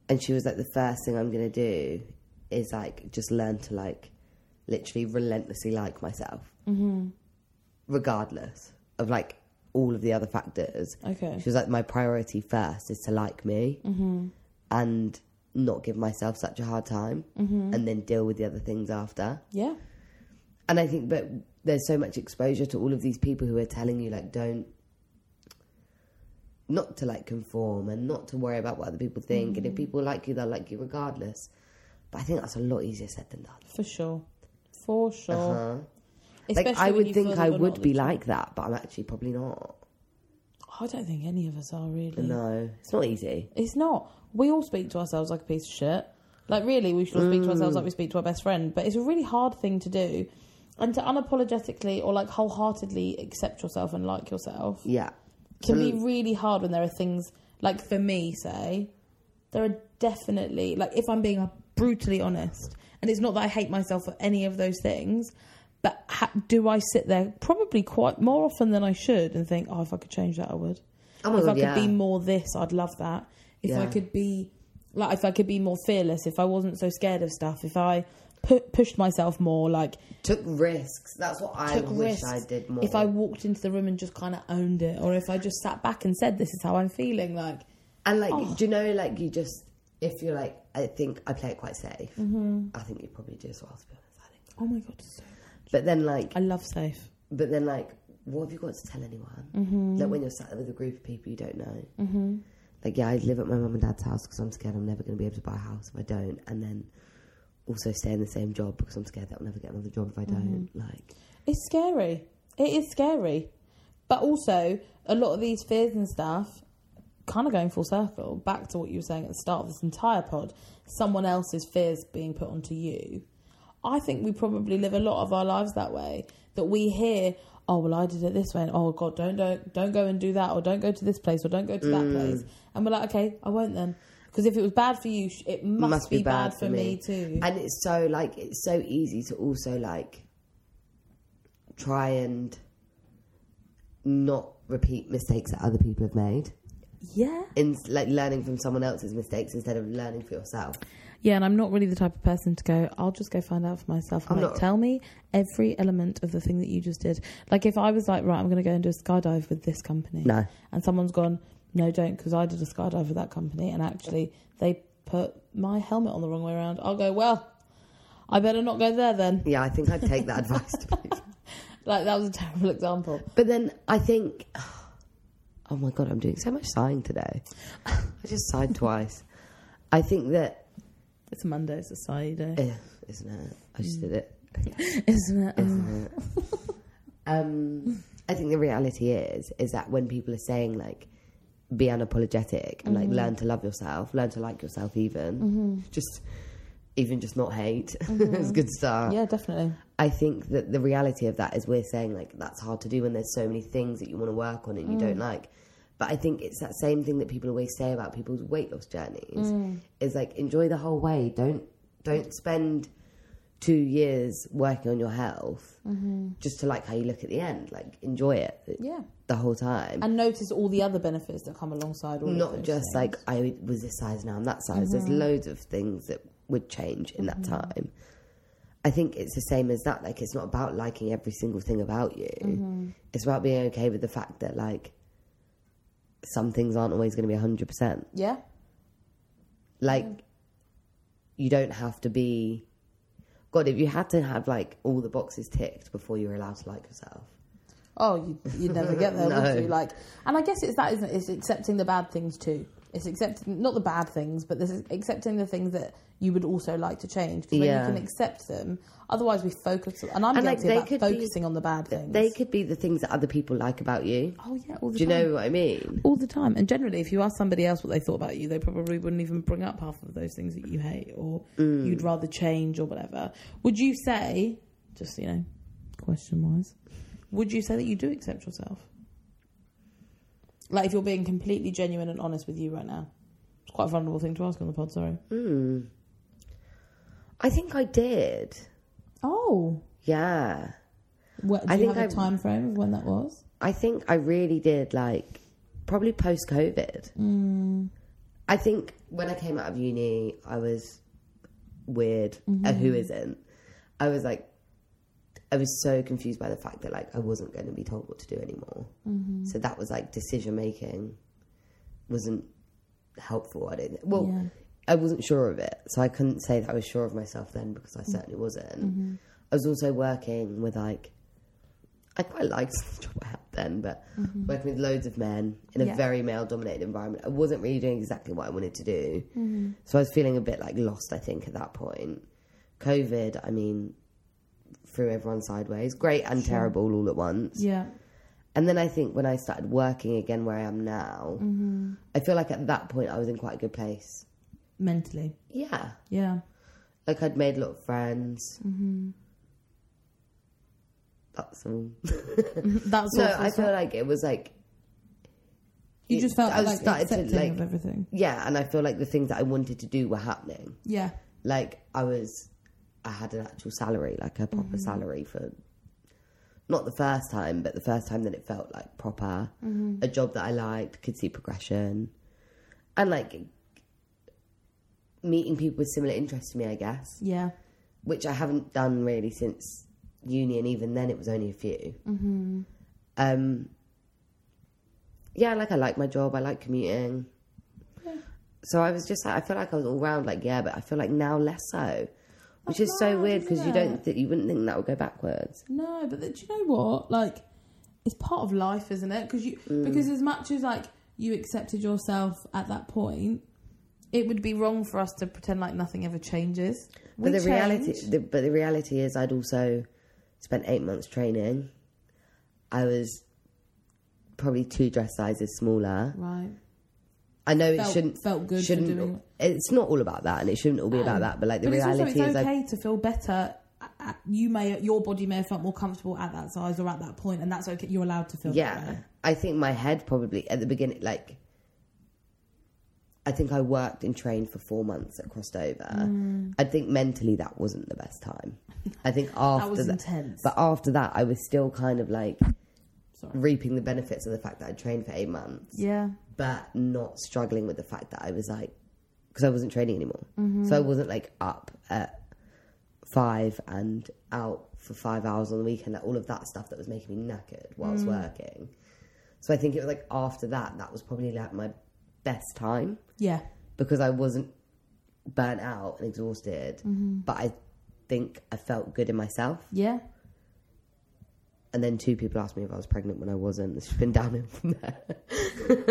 [SPEAKER 2] And she was like, the first thing I'm gonna do is like just learn to like literally relentlessly like myself, mm-hmm. regardless of like all of the other factors.
[SPEAKER 1] Okay. Mm-hmm.
[SPEAKER 2] She was like, my priority first is to like me and not give myself such a hard time, and then deal with the other things after.
[SPEAKER 1] Mm-hmm. Yeah.
[SPEAKER 2] And I think, but there's so much exposure to all of these people who are telling you, like, don't, not to like conform and not to worry about what other people think.
[SPEAKER 1] Mm.
[SPEAKER 2] And if people like you, they'll like you regardless. But I think that's a lot easier said than done.
[SPEAKER 1] For sure. For sure.
[SPEAKER 2] Uh-huh. Like, I
[SPEAKER 1] Oh, when
[SPEAKER 2] would
[SPEAKER 1] you
[SPEAKER 2] think
[SPEAKER 1] feel
[SPEAKER 2] I
[SPEAKER 1] you're
[SPEAKER 2] would
[SPEAKER 1] not
[SPEAKER 2] be
[SPEAKER 1] the-
[SPEAKER 2] like that, but I'm actually probably not.
[SPEAKER 1] I don't think any of us are really.
[SPEAKER 2] No, it's not easy.
[SPEAKER 1] It's not. We all speak to ourselves like a piece of shit. Like, really, we should all speak to
[SPEAKER 2] Mm.
[SPEAKER 1] ourselves like we speak to our best friend. But it's a really hard thing to do. And to unapologetically or like wholeheartedly accept yourself and like yourself
[SPEAKER 2] Yeah.
[SPEAKER 1] can be
[SPEAKER 2] Mm.
[SPEAKER 1] really hard when there are things, like for me, say, there are definitely, like, if I'm being brutally honest, and it's not that I hate myself for any of those things, but ha- do I sit there probably quite more often than I should and think, oh, if I could change that, I would?
[SPEAKER 2] Oh my
[SPEAKER 1] if
[SPEAKER 2] God,
[SPEAKER 1] I could
[SPEAKER 2] yeah.
[SPEAKER 1] be more this, I'd love that. If I
[SPEAKER 2] Yeah.
[SPEAKER 1] could be like, if I could be more fearless, if I wasn't so scared of stuff, if I pu- pushed myself more, like
[SPEAKER 2] Took risks. That's what I
[SPEAKER 1] took
[SPEAKER 2] wish
[SPEAKER 1] risks,
[SPEAKER 2] I did more.
[SPEAKER 1] if I walked into the room and just kind of owned it, or if I just sat back and said, "This is how I'm feeling," like
[SPEAKER 2] And like, do you know, like you just if you're like, I think I play it quite safe. Mm-hmm. I think you probably do as well. To be honest, I think.
[SPEAKER 1] oh my god, so,
[SPEAKER 2] But then like,
[SPEAKER 1] I love safe.
[SPEAKER 2] but then like, what have you got to tell anyone? Mm-hmm. Like when you're sat with a group of people you don't know. Mm-hmm. Like yeah, I live at my mum and dad's house because I'm scared I'm never going to be able to buy a house if I don't, and then also stay in the same job because I'm scared that I'll never get another job if I don't. Like,
[SPEAKER 1] It's scary. It is scary, but also a lot of these fears and stuff. Kind of going full circle back to what you were saying at the start of this entire pod. Someone else's fears being put onto you I think we probably live a lot of our lives that way. That we hear, oh well, I did it this way, and oh god, don't don't don't go and do that, or don't go to this place, or don't go to that place, and we're like, okay, I won't then, because if it was bad for you, sh- it must,
[SPEAKER 2] must
[SPEAKER 1] be, bad, for me, too.
[SPEAKER 2] And it's so like it's so easy to also like try and not repeat mistakes that other people have made.
[SPEAKER 1] yeah,
[SPEAKER 2] In like learning from someone else's mistakes instead of learning for yourself.
[SPEAKER 1] yeah, and I'm not really the type of person to go. I'll just go find out for myself.
[SPEAKER 2] I'm
[SPEAKER 1] Like,
[SPEAKER 2] not-
[SPEAKER 1] tell me every element of the thing that you just did. Like if I was like, right, I'm going to go and do a skydive with this company,
[SPEAKER 2] No.
[SPEAKER 1] and someone's gone, no, don't, because I did a skydive with that company, and actually they put my helmet on the wrong way around. I'll go, well, I better not go there then.
[SPEAKER 2] Yeah, I think I'd take that advice. To be-
[SPEAKER 1] Like that was a terrible example.
[SPEAKER 2] but then I think, oh my god, I'm doing so much sighing today. I just sighed twice. I think that
[SPEAKER 1] It's a Monday, it's a side day,
[SPEAKER 2] eh, isn't it? I just did it.
[SPEAKER 1] isn't it? Oh,
[SPEAKER 2] isn't it? um, I think the reality is is that when people are saying like be unapologetic and like learn to love yourself, learn to like yourself, even just even just not hate, it's a good start.
[SPEAKER 1] yeah, definitely.
[SPEAKER 2] I think that the reality of that is we're saying like that's hard to do when there's so many things that you want to work on and you don't like. But I think it's that same thing that people always say about people's weight loss journeys is like enjoy the whole way. Don't don't spend two years working on your health just to like how you look at the end. Like enjoy it
[SPEAKER 1] Yeah.
[SPEAKER 2] the whole time.
[SPEAKER 1] and notice all the other benefits that come alongside all of
[SPEAKER 2] Not
[SPEAKER 1] those
[SPEAKER 2] just
[SPEAKER 1] things. Mm-hmm.
[SPEAKER 2] like I was this size now I'm that size. There's loads of things that would change in that time. I think it's the same as that. Like it's not about liking every single thing about you.
[SPEAKER 1] Mm-hmm.
[SPEAKER 2] It's about being okay with the fact that like some things aren't always going to be hundred percent.
[SPEAKER 1] yeah
[SPEAKER 2] Like you don't have to be. God, if you had to have like all the boxes ticked before you were allowed to like yourself.
[SPEAKER 1] oh you, you'd never get there
[SPEAKER 2] No.
[SPEAKER 1] would you like and i guess it's that isn't it it's accepting the bad things too it's accepting not the bad things but this is accepting the things that you would also like to change because
[SPEAKER 2] Yeah.
[SPEAKER 1] when you can accept them otherwise we focus and i'm
[SPEAKER 2] And, like,
[SPEAKER 1] guilty
[SPEAKER 2] they
[SPEAKER 1] about
[SPEAKER 2] could be-
[SPEAKER 1] focusing on the bad things
[SPEAKER 2] They could be the things that other people like about you.
[SPEAKER 1] oh yeah all the
[SPEAKER 2] Do you
[SPEAKER 1] time
[SPEAKER 2] know what I mean?
[SPEAKER 1] all the time and generally if you ask somebody else what they thought about you they probably wouldn't even bring up half of those things that you hate or
[SPEAKER 2] Mm.
[SPEAKER 1] you'd rather change or whatever would you say just you know question wise would you say that you do accept yourself like if you're being completely genuine and honest with you right now it's quite a vulnerable thing to ask on the pod sorry
[SPEAKER 2] Hmm. I think I did.
[SPEAKER 1] oh
[SPEAKER 2] Yeah.
[SPEAKER 1] well, do
[SPEAKER 2] I
[SPEAKER 1] you
[SPEAKER 2] think
[SPEAKER 1] have a
[SPEAKER 2] I-
[SPEAKER 1] time frame of when that was
[SPEAKER 2] I think I really did like probably post COVID. I think when I came out of uni, I was weird. And who isn't? I was like, I was so confused by the fact that like I wasn't going to be told what to do anymore.
[SPEAKER 1] Mm-hmm.
[SPEAKER 2] So that was like decision making wasn't helpful. I didn't. Well,
[SPEAKER 1] Yeah.
[SPEAKER 2] I wasn't sure of it, so I couldn't say that I was sure of myself then because I certainly wasn't.
[SPEAKER 1] Mm-hmm.
[SPEAKER 2] I was also working with like I quite liked the job I had then, but working with loads of men in a
[SPEAKER 1] Mm-hmm. Yeah.
[SPEAKER 2] very male dominated environment, I wasn't really doing exactly what I wanted to do.
[SPEAKER 1] Mm-hmm.
[SPEAKER 2] So I was feeling a bit like lost, I think, at that point. COVID, I mean, threw everyone sideways, great and terrible all at once.
[SPEAKER 1] yeah
[SPEAKER 2] And then I think when I started working again where I am now,
[SPEAKER 1] Mm. Mm-hmm.
[SPEAKER 2] I feel like at that point I was in quite a good place.
[SPEAKER 1] mentally
[SPEAKER 2] Yeah.
[SPEAKER 1] yeah
[SPEAKER 2] Like I'd made a lot of friends.
[SPEAKER 1] Mm-hmm.
[SPEAKER 2] That's all.
[SPEAKER 1] that's
[SPEAKER 2] No,
[SPEAKER 1] awful
[SPEAKER 2] I feel like it was like
[SPEAKER 1] you just felt
[SPEAKER 2] I was
[SPEAKER 1] like
[SPEAKER 2] started to,
[SPEAKER 1] accepting
[SPEAKER 2] like-
[SPEAKER 1] of everything
[SPEAKER 2] yeah, and I feel like the things that I wanted to do were happening.
[SPEAKER 1] yeah
[SPEAKER 2] Like I was, I had an actual salary, like a proper salary for not the first time, but the first time that it felt like proper, a job that I liked, could see progression, and like meeting people with similar interests to me, I guess
[SPEAKER 1] yeah
[SPEAKER 2] which I haven't done really since uni, and even then it was only a few. Mm-hmm. Um, yeah, like I like my job, I like commuting. So I was just like, I feel like I was all round like, yeah, but I feel like now less so, which
[SPEAKER 1] That's
[SPEAKER 2] is so
[SPEAKER 1] mad,
[SPEAKER 2] weird because
[SPEAKER 1] isn't
[SPEAKER 2] you
[SPEAKER 1] it?
[SPEAKER 2] don't th- you wouldn't think that would go backwards.
[SPEAKER 1] No, but th- do you know what? Like, it's part of life, isn't it? Because you
[SPEAKER 2] Mm.
[SPEAKER 1] because as much as like you accepted yourself at that point, it would be wrong for us to pretend like nothing ever changes.
[SPEAKER 2] But
[SPEAKER 1] We
[SPEAKER 2] the reality,
[SPEAKER 1] change.
[SPEAKER 2] the, but the reality is, I'd also spent eight months training. I was probably two dress sizes smaller.
[SPEAKER 1] right?
[SPEAKER 2] I know
[SPEAKER 1] Felt-
[SPEAKER 2] it shouldn't
[SPEAKER 1] felt good for
[SPEAKER 2] Shouldn't
[SPEAKER 1] doing
[SPEAKER 2] it's not all about that, and it shouldn't all be about that. But like the
[SPEAKER 1] Um, but it's also
[SPEAKER 2] reality
[SPEAKER 1] it's
[SPEAKER 2] is, I
[SPEAKER 1] okay to feel better at- you may your body may have felt more comfortable at that size or at that point, and that's okay. You're allowed to feel that
[SPEAKER 2] Yeah.
[SPEAKER 1] way.
[SPEAKER 2] I think my head probably at the beginning, like, I think I worked and trained for four months at crossed over.
[SPEAKER 1] Mm.
[SPEAKER 2] I think mentally that wasn't the best time. I think after
[SPEAKER 1] was intense.
[SPEAKER 2] but after that, I was still kind of like
[SPEAKER 1] Sorry.
[SPEAKER 2] reaping the benefits of the fact that I trained for eight months,
[SPEAKER 1] Yeah.
[SPEAKER 2] but not struggling with the fact that I was like, because I wasn't training anymore, so I wasn't like up at five and out for five hours on the weekend, like all of that stuff that was making me knackered while I was working. So I think it was like after that, that was probably like my best time
[SPEAKER 1] Yeah.
[SPEAKER 2] because I wasn't burnt out and exhausted, but I think I felt good in myself.
[SPEAKER 1] Yeah.
[SPEAKER 2] And then two people asked me if I was pregnant when I wasn't. It's been downhill from there.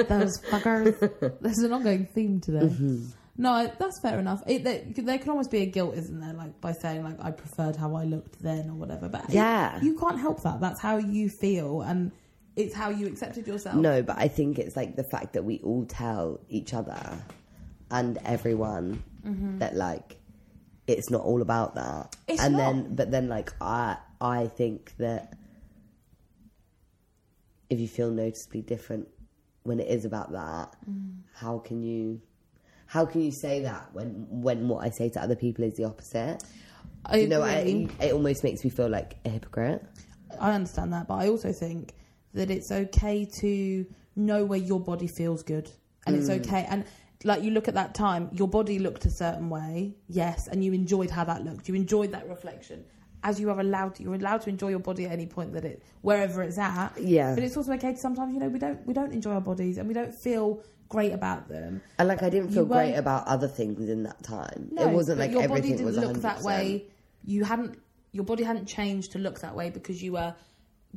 [SPEAKER 1] Those fuckers. There's an ongoing theme today.
[SPEAKER 2] Mm-hmm.
[SPEAKER 1] No, that's fair enough. It, there, there can almost be a guilt, isn't there? Like by saying like I preferred how I looked then or whatever. But it-
[SPEAKER 2] Yeah.
[SPEAKER 1] you can't help that. That's how you feel, and it's how you accepted yourself.
[SPEAKER 2] No, but I think it's like the fact that we all tell each other and everyone that like it's not all about that.
[SPEAKER 1] Mm-hmm. It's
[SPEAKER 2] and
[SPEAKER 1] not.
[SPEAKER 2] then but then like I I think that if you feel noticeably different when it is about that,
[SPEAKER 1] Mm.
[SPEAKER 2] how can you how can you say that when when what I say to other people is the opposite?
[SPEAKER 1] I
[SPEAKER 2] You know,
[SPEAKER 1] agree.
[SPEAKER 2] I, it almost makes me feel like a hypocrite.
[SPEAKER 1] I understand that, but I also think that it's okay to know where your body feels good, and it's okay. And like you look at that time, your body looked a certain way, yes, and you enjoyed how that looked. You enjoyed that reflection, as you are allowed. You're allowed to enjoy your body at any point that it, wherever it's at.
[SPEAKER 2] Yeah.
[SPEAKER 1] But it's also okay to sometimes, you know, we don't we don't enjoy our bodies and we don't feel great about them.
[SPEAKER 2] And like I didn't feel great
[SPEAKER 1] weren't-
[SPEAKER 2] about other things in that time.
[SPEAKER 1] No,
[SPEAKER 2] it wasn't
[SPEAKER 1] but
[SPEAKER 2] like
[SPEAKER 1] your
[SPEAKER 2] everything
[SPEAKER 1] body didn't
[SPEAKER 2] was
[SPEAKER 1] look
[SPEAKER 2] 100%.
[SPEAKER 1] that way. You hadn't your body hadn't changed to look that way because you were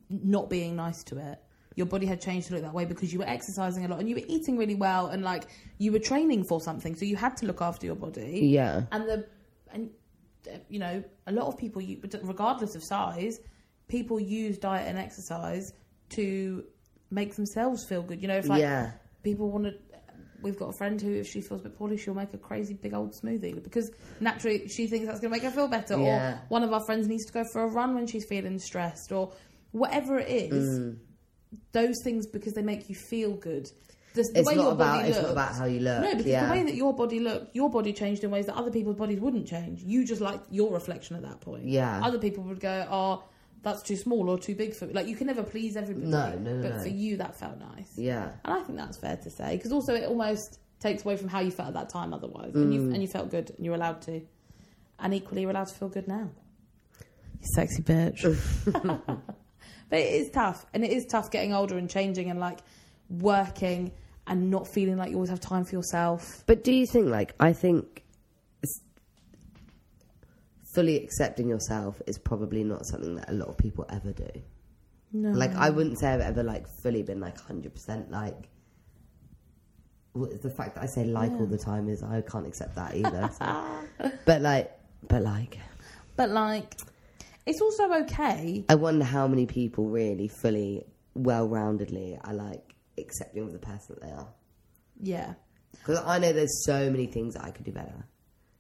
[SPEAKER 1] not being nice to it. Your body had changed to look that way because you were exercising a lot and you were eating really well and like you were training for something, so you had to look after your body.
[SPEAKER 2] Yeah.
[SPEAKER 1] And the and uh, you know a lot of people, you regardless of size, people use diet and exercise to make themselves feel good. You know, if like
[SPEAKER 2] yeah.
[SPEAKER 1] people want to. We've got a friend who, if she feels a bit poorly, she'll make a crazy big old smoothie because naturally she thinks that's going to make her feel better.
[SPEAKER 2] Yeah.
[SPEAKER 1] Or one of our friends needs to go for a run when she's feeling stressed, or whatever it is.
[SPEAKER 2] Mm.
[SPEAKER 1] Those things because they make you feel good. The, the
[SPEAKER 2] It's
[SPEAKER 1] way
[SPEAKER 2] not
[SPEAKER 1] your
[SPEAKER 2] about
[SPEAKER 1] body
[SPEAKER 2] it's
[SPEAKER 1] looks,
[SPEAKER 2] not about how you look.
[SPEAKER 1] no, because
[SPEAKER 2] yeah.
[SPEAKER 1] the way that your body looked, your body changed in ways that other people's bodies wouldn't change. You just liked your reflection at that point.
[SPEAKER 2] Yeah.
[SPEAKER 1] Other people would go, "Oh, that's too small or too big for me." Like you can never please everybody.
[SPEAKER 2] No, no, no,
[SPEAKER 1] But
[SPEAKER 2] no.
[SPEAKER 1] for you, that felt nice.
[SPEAKER 2] yeah.
[SPEAKER 1] And I think that's fair to say because also it almost takes away from how you felt at that time otherwise, and you and you felt good, and you're allowed to, and equally you're allowed to feel good now. You sexy bitch. but it is tough, and it is tough getting older and changing and like working and not feeling like you always have time for yourself.
[SPEAKER 2] But do you think like I think s- fully accepting yourself is probably not something that a lot of people ever do.
[SPEAKER 1] No,
[SPEAKER 2] Like I wouldn't say I've ever like fully been like 100% like well, it's the fact that I say like all the time is I can't accept that either. so. But like but like
[SPEAKER 1] but like it's also okay.
[SPEAKER 2] I wonder how many people really fully well-roundedly are like accepting of the person that they are.
[SPEAKER 1] Yeah,
[SPEAKER 2] Because I know there's so many things that I could do better.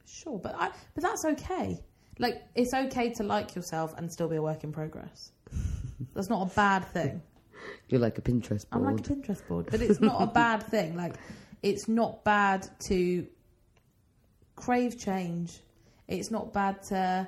[SPEAKER 1] sure, but I but that's okay. Like it's okay to like yourself and still be a work in progress. That's not a bad thing.
[SPEAKER 2] You're like a Pinterest board.
[SPEAKER 1] I'm like a Pinterest board, but it's not a bad thing. Like, it's not bad to crave change. It's not bad to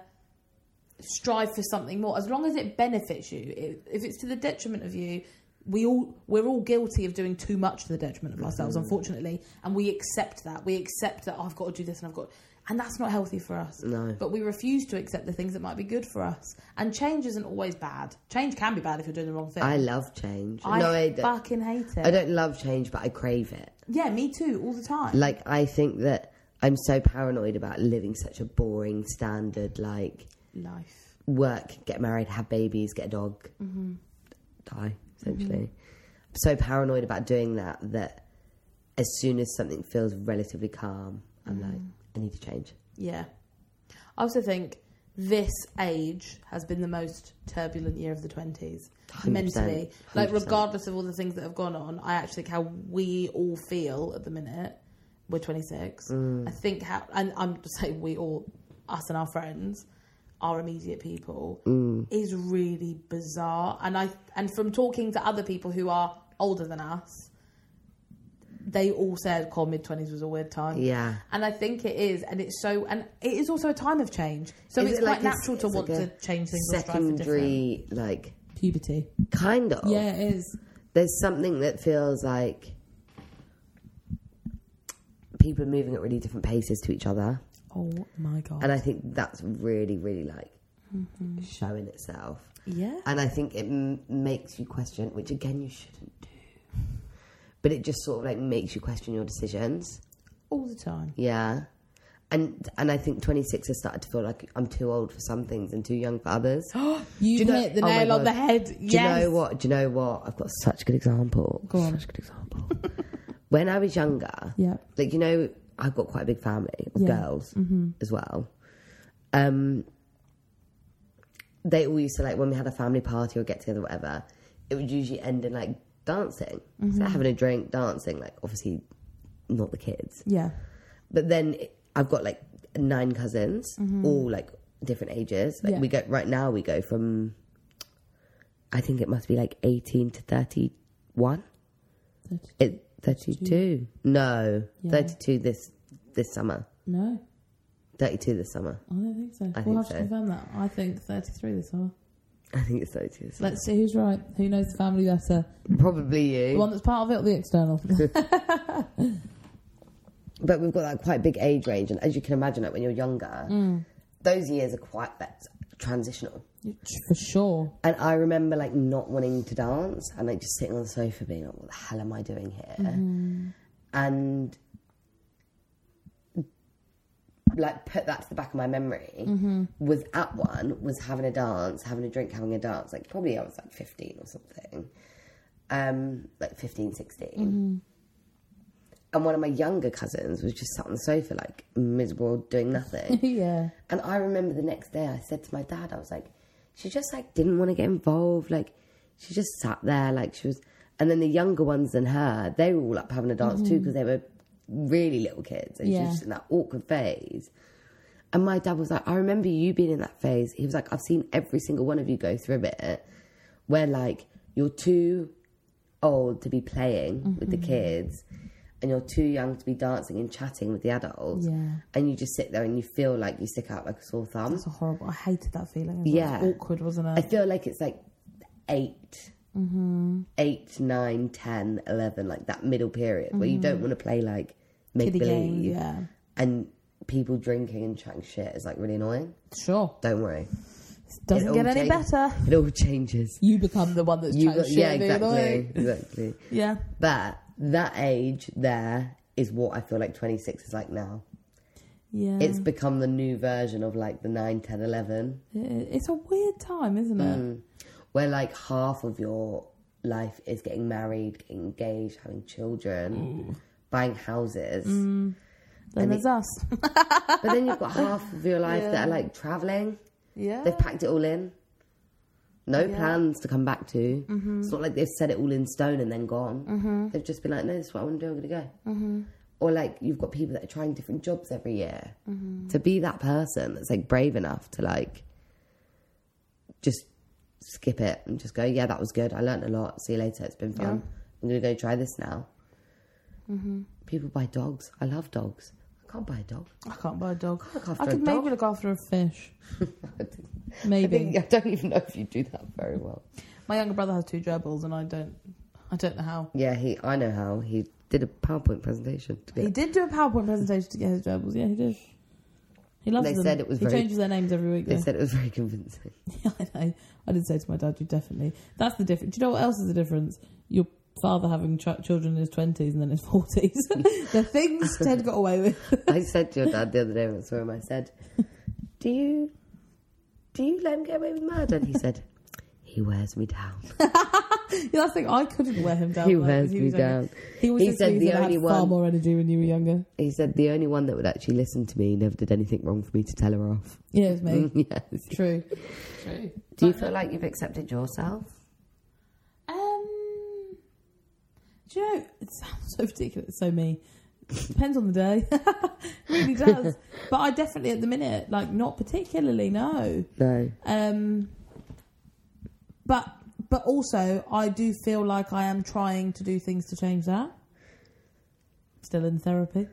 [SPEAKER 1] strive for something more, as long as it benefits you. If- If it's to the detriment of you, we all we're all guilty of doing too much to the detriment of ourselves, unfortunately, and we accept that. We accept that "Oh, I've got to do this and I've got, and that's not healthy for us.
[SPEAKER 2] No.
[SPEAKER 1] But we refuse to accept the things that might be good for us. And change isn't always bad. Change can be bad if you're doing the wrong thing.
[SPEAKER 2] I love change.
[SPEAKER 1] I
[SPEAKER 2] no, I don't.
[SPEAKER 1] fucking hate it.
[SPEAKER 2] I don't love change, but I crave it.
[SPEAKER 1] Yeah, me too, all the time.
[SPEAKER 2] Like I think that I'm so paranoid about living such a boring standard like
[SPEAKER 1] Life.
[SPEAKER 2] work, get married, have babies, get a dog,
[SPEAKER 1] Mm-hmm.
[SPEAKER 2] die essentially. I'm so paranoid about doing that that as soon as something feels relatively calm,
[SPEAKER 1] Mm-hmm.
[SPEAKER 2] I'm like, I need to change.
[SPEAKER 1] Yeah. I also think this age has been the most turbulent year of the 20s.
[SPEAKER 2] 100%,
[SPEAKER 1] Mentally. Like,
[SPEAKER 2] 100%.
[SPEAKER 1] regardless of all the things that have gone on, I actually think how we all feel at the minute. We're 26. I think how, and I'm just saying we all, us and our friends, our immediate people is really bizarre. And I and from talking to other people who are older than us, they all said "Call mid twenties was a weird time.
[SPEAKER 2] Yeah.
[SPEAKER 1] And I think it is, and it's so, and it is also a time of change. So
[SPEAKER 2] Is
[SPEAKER 1] it's
[SPEAKER 2] it
[SPEAKER 1] quite
[SPEAKER 2] like a s-
[SPEAKER 1] natural to
[SPEAKER 2] it's
[SPEAKER 1] want
[SPEAKER 2] like a
[SPEAKER 1] to change things or strive for different.
[SPEAKER 2] secondary, Oh. like
[SPEAKER 1] Puberty.
[SPEAKER 2] kind of.
[SPEAKER 1] Yeah, it is.
[SPEAKER 2] There's something that feels like people are moving at really different paces to each other,
[SPEAKER 1] Oh my god.
[SPEAKER 2] and I think that's really, really like
[SPEAKER 1] Mm-hmm.
[SPEAKER 2] showing itself.
[SPEAKER 1] yeah.
[SPEAKER 2] And I think it m- makes you question, which again you shouldn't do, but it just sort of like makes you question your decisions.
[SPEAKER 1] All the time.
[SPEAKER 2] Yeah. And and I think 26 has started to feel like I'm too old for some things and too young for others.
[SPEAKER 1] you,
[SPEAKER 2] you know-
[SPEAKER 1] hit the
[SPEAKER 2] oh my
[SPEAKER 1] nail on
[SPEAKER 2] God.
[SPEAKER 1] the head.
[SPEAKER 2] Do
[SPEAKER 1] yes.
[SPEAKER 2] you know what? Do you know what? I've got such a good example.
[SPEAKER 1] Go on.
[SPEAKER 2] Such a good example. when I was younger,
[SPEAKER 1] Yeah.
[SPEAKER 2] like you know, I've got quite a big family of
[SPEAKER 1] Yeah. Mm-hmm.
[SPEAKER 2] girls as well. Um, they all used to like when we had a family party or get together, whatever. It would usually end in like dancing,
[SPEAKER 1] Mm-hmm.
[SPEAKER 2] so having a drink, dancing. Like obviously, not the kids.
[SPEAKER 1] Yeah.
[SPEAKER 2] But then I've got like nine cousins, all like different ages. Like
[SPEAKER 1] Mm-hmm. Yeah.
[SPEAKER 2] we go right now, we go from I think it must be like eighteen to thirty-one. It thirty-two? No,
[SPEAKER 1] Yeah.
[SPEAKER 2] thirty-two this this summer.
[SPEAKER 1] No,
[SPEAKER 2] Thirty-two this summer.
[SPEAKER 1] I don't think so.
[SPEAKER 2] I
[SPEAKER 1] we'll
[SPEAKER 2] think
[SPEAKER 1] have to
[SPEAKER 2] so.
[SPEAKER 1] confirm that. I think 33 this summer.
[SPEAKER 2] I think it's thirty-two. This summer.
[SPEAKER 1] Let's see who's right. Who knows the family better?
[SPEAKER 2] Probably
[SPEAKER 1] The
[SPEAKER 2] you.
[SPEAKER 1] one that's part of it or the external?
[SPEAKER 2] But we've got like quite a big age range, and as you can imagine, like when you're younger, those years are quite that's transitional.
[SPEAKER 1] For sure.
[SPEAKER 2] And I remember like not wanting to dance and like just sitting on the sofa being like, what the hell am I doing here? And like put that to the back of my memory was at one, was having a dance, having a drink, having a dance. Like probably I was like 15 or something, um, like 15, 16. And one of my younger cousins was just sat on the sofa, like miserable, doing nothing.
[SPEAKER 1] yeah.
[SPEAKER 2] And I remember the next day I said to my dad, I was like, she just like didn't want to get involved. Like she just sat there, like she was. And then the younger ones than her, they were all up having a dance too because they were really little kids and she
[SPEAKER 1] Yeah.
[SPEAKER 2] was just in that awkward phase. And my dad was like, I remember you being in that phase. He was like, I've seen every single one of you go through it where like you're too old to be playing with the kids and you're too young to be dancing and chatting with the adults
[SPEAKER 1] Yeah.
[SPEAKER 2] and you just sit there and you feel like you stick out like a sore thumb.
[SPEAKER 1] That's a horrible. I hated that feeling. as well.
[SPEAKER 2] Yeah.
[SPEAKER 1] It was awkward, wasn't
[SPEAKER 2] I
[SPEAKER 1] it?
[SPEAKER 2] feel like it's like 8
[SPEAKER 1] Mm-hmm.
[SPEAKER 2] eight, nine, 10, 11, like that middle period where you don't want to play like make
[SPEAKER 1] Kiddie Mm-hmm. game.
[SPEAKER 2] believe
[SPEAKER 1] Yeah.
[SPEAKER 2] and people drinking and chatting shit is like really annoying.
[SPEAKER 1] Sure.
[SPEAKER 2] Don't worry,
[SPEAKER 1] Doesn't
[SPEAKER 2] all
[SPEAKER 1] get any
[SPEAKER 2] changes.
[SPEAKER 1] better.
[SPEAKER 2] it all changes.
[SPEAKER 1] You become the one that's
[SPEAKER 2] You
[SPEAKER 1] trying
[SPEAKER 2] got,
[SPEAKER 1] to shit
[SPEAKER 2] yeah,
[SPEAKER 1] and be
[SPEAKER 2] exactly,
[SPEAKER 1] annoying.
[SPEAKER 2] exactly.
[SPEAKER 1] Yeah.
[SPEAKER 2] But that age there is what I feel like 26 is like now.
[SPEAKER 1] Yeah.
[SPEAKER 2] It's become the new version of like the 9, 10, 11,
[SPEAKER 1] It- it's a weird time, isn't it?
[SPEAKER 2] where like half of your life is getting married, getting engaged, having children, buying houses.
[SPEAKER 1] Then
[SPEAKER 2] And
[SPEAKER 1] there's us.
[SPEAKER 2] But then you've got half of your life that are like traveling.
[SPEAKER 1] yeah.
[SPEAKER 2] They've packed it all in. No plans to come back to.
[SPEAKER 1] Mm-hmm.
[SPEAKER 2] It's not like they've set it all in stone and then gone. They've just been like, no, this is what I want to do. I'm going to go.
[SPEAKER 1] Mm-hmm.
[SPEAKER 2] Or like you've got people that are trying different jobs every year
[SPEAKER 1] Mm-hmm.
[SPEAKER 2] to be that person that's like brave enough to like just skip it and just go, yeah, that was good. I learned a lot. See you later. It's been fun. I'm going to go try this now.
[SPEAKER 1] Mm-hmm.
[SPEAKER 2] People buy dogs. I love dogs. I can't buy a dog.
[SPEAKER 1] I can't buy a dog.
[SPEAKER 2] look after
[SPEAKER 1] I
[SPEAKER 2] a
[SPEAKER 1] could maybe
[SPEAKER 2] dog.
[SPEAKER 1] look after a fish.
[SPEAKER 2] I,
[SPEAKER 1] Maybe.
[SPEAKER 2] think, I don't even know if you do that very well.
[SPEAKER 1] My younger brother has two gerbils, and I don't, I don't know how.
[SPEAKER 2] Yeah, he. I know how he did a PowerPoint presentation. To
[SPEAKER 1] He
[SPEAKER 2] get,
[SPEAKER 1] did do a PowerPoint presentation to get his gerbils. Yeah, he did. He loves
[SPEAKER 2] They
[SPEAKER 1] them.
[SPEAKER 2] said it was
[SPEAKER 1] he
[SPEAKER 2] very-
[SPEAKER 1] changes their names every week.
[SPEAKER 2] they
[SPEAKER 1] Though.
[SPEAKER 2] said it was very convincing.
[SPEAKER 1] Yeah, I know. I did say to my dad, "You definitely." That's the difference. Do you know what else is the difference? Your father having ch- children in his twenties and then his forties. the things Ted got away with.
[SPEAKER 2] I said to your dad the other day when I saw him, I said, "Do you, do you let him get away with murder?" And he said, "He wears me down."
[SPEAKER 1] Yeah, that's the thing. I couldn't wear him down.
[SPEAKER 2] He
[SPEAKER 1] like,
[SPEAKER 2] wears
[SPEAKER 1] was
[SPEAKER 2] me
[SPEAKER 1] younger.
[SPEAKER 2] down.
[SPEAKER 1] He was
[SPEAKER 2] He
[SPEAKER 1] just
[SPEAKER 2] said
[SPEAKER 1] said
[SPEAKER 2] the
[SPEAKER 1] that I
[SPEAKER 2] only
[SPEAKER 1] had far
[SPEAKER 2] one-
[SPEAKER 1] more energy when you were younger.
[SPEAKER 2] He said the only one that would actually listen to me never did anything wrong for me to tell her off.
[SPEAKER 1] Yeah, it was
[SPEAKER 2] Mm.
[SPEAKER 1] me.
[SPEAKER 2] yes.
[SPEAKER 1] True. True.
[SPEAKER 2] Do you feel like you've accepted yourself?
[SPEAKER 1] Um, do you know, it sounds so ridiculous, so me. Depends on the day. really does. but I definitely, at the minute, like, not particularly, no.
[SPEAKER 2] No.
[SPEAKER 1] Um, but but also, I do feel like I am trying to do things to change that. Still in therapy.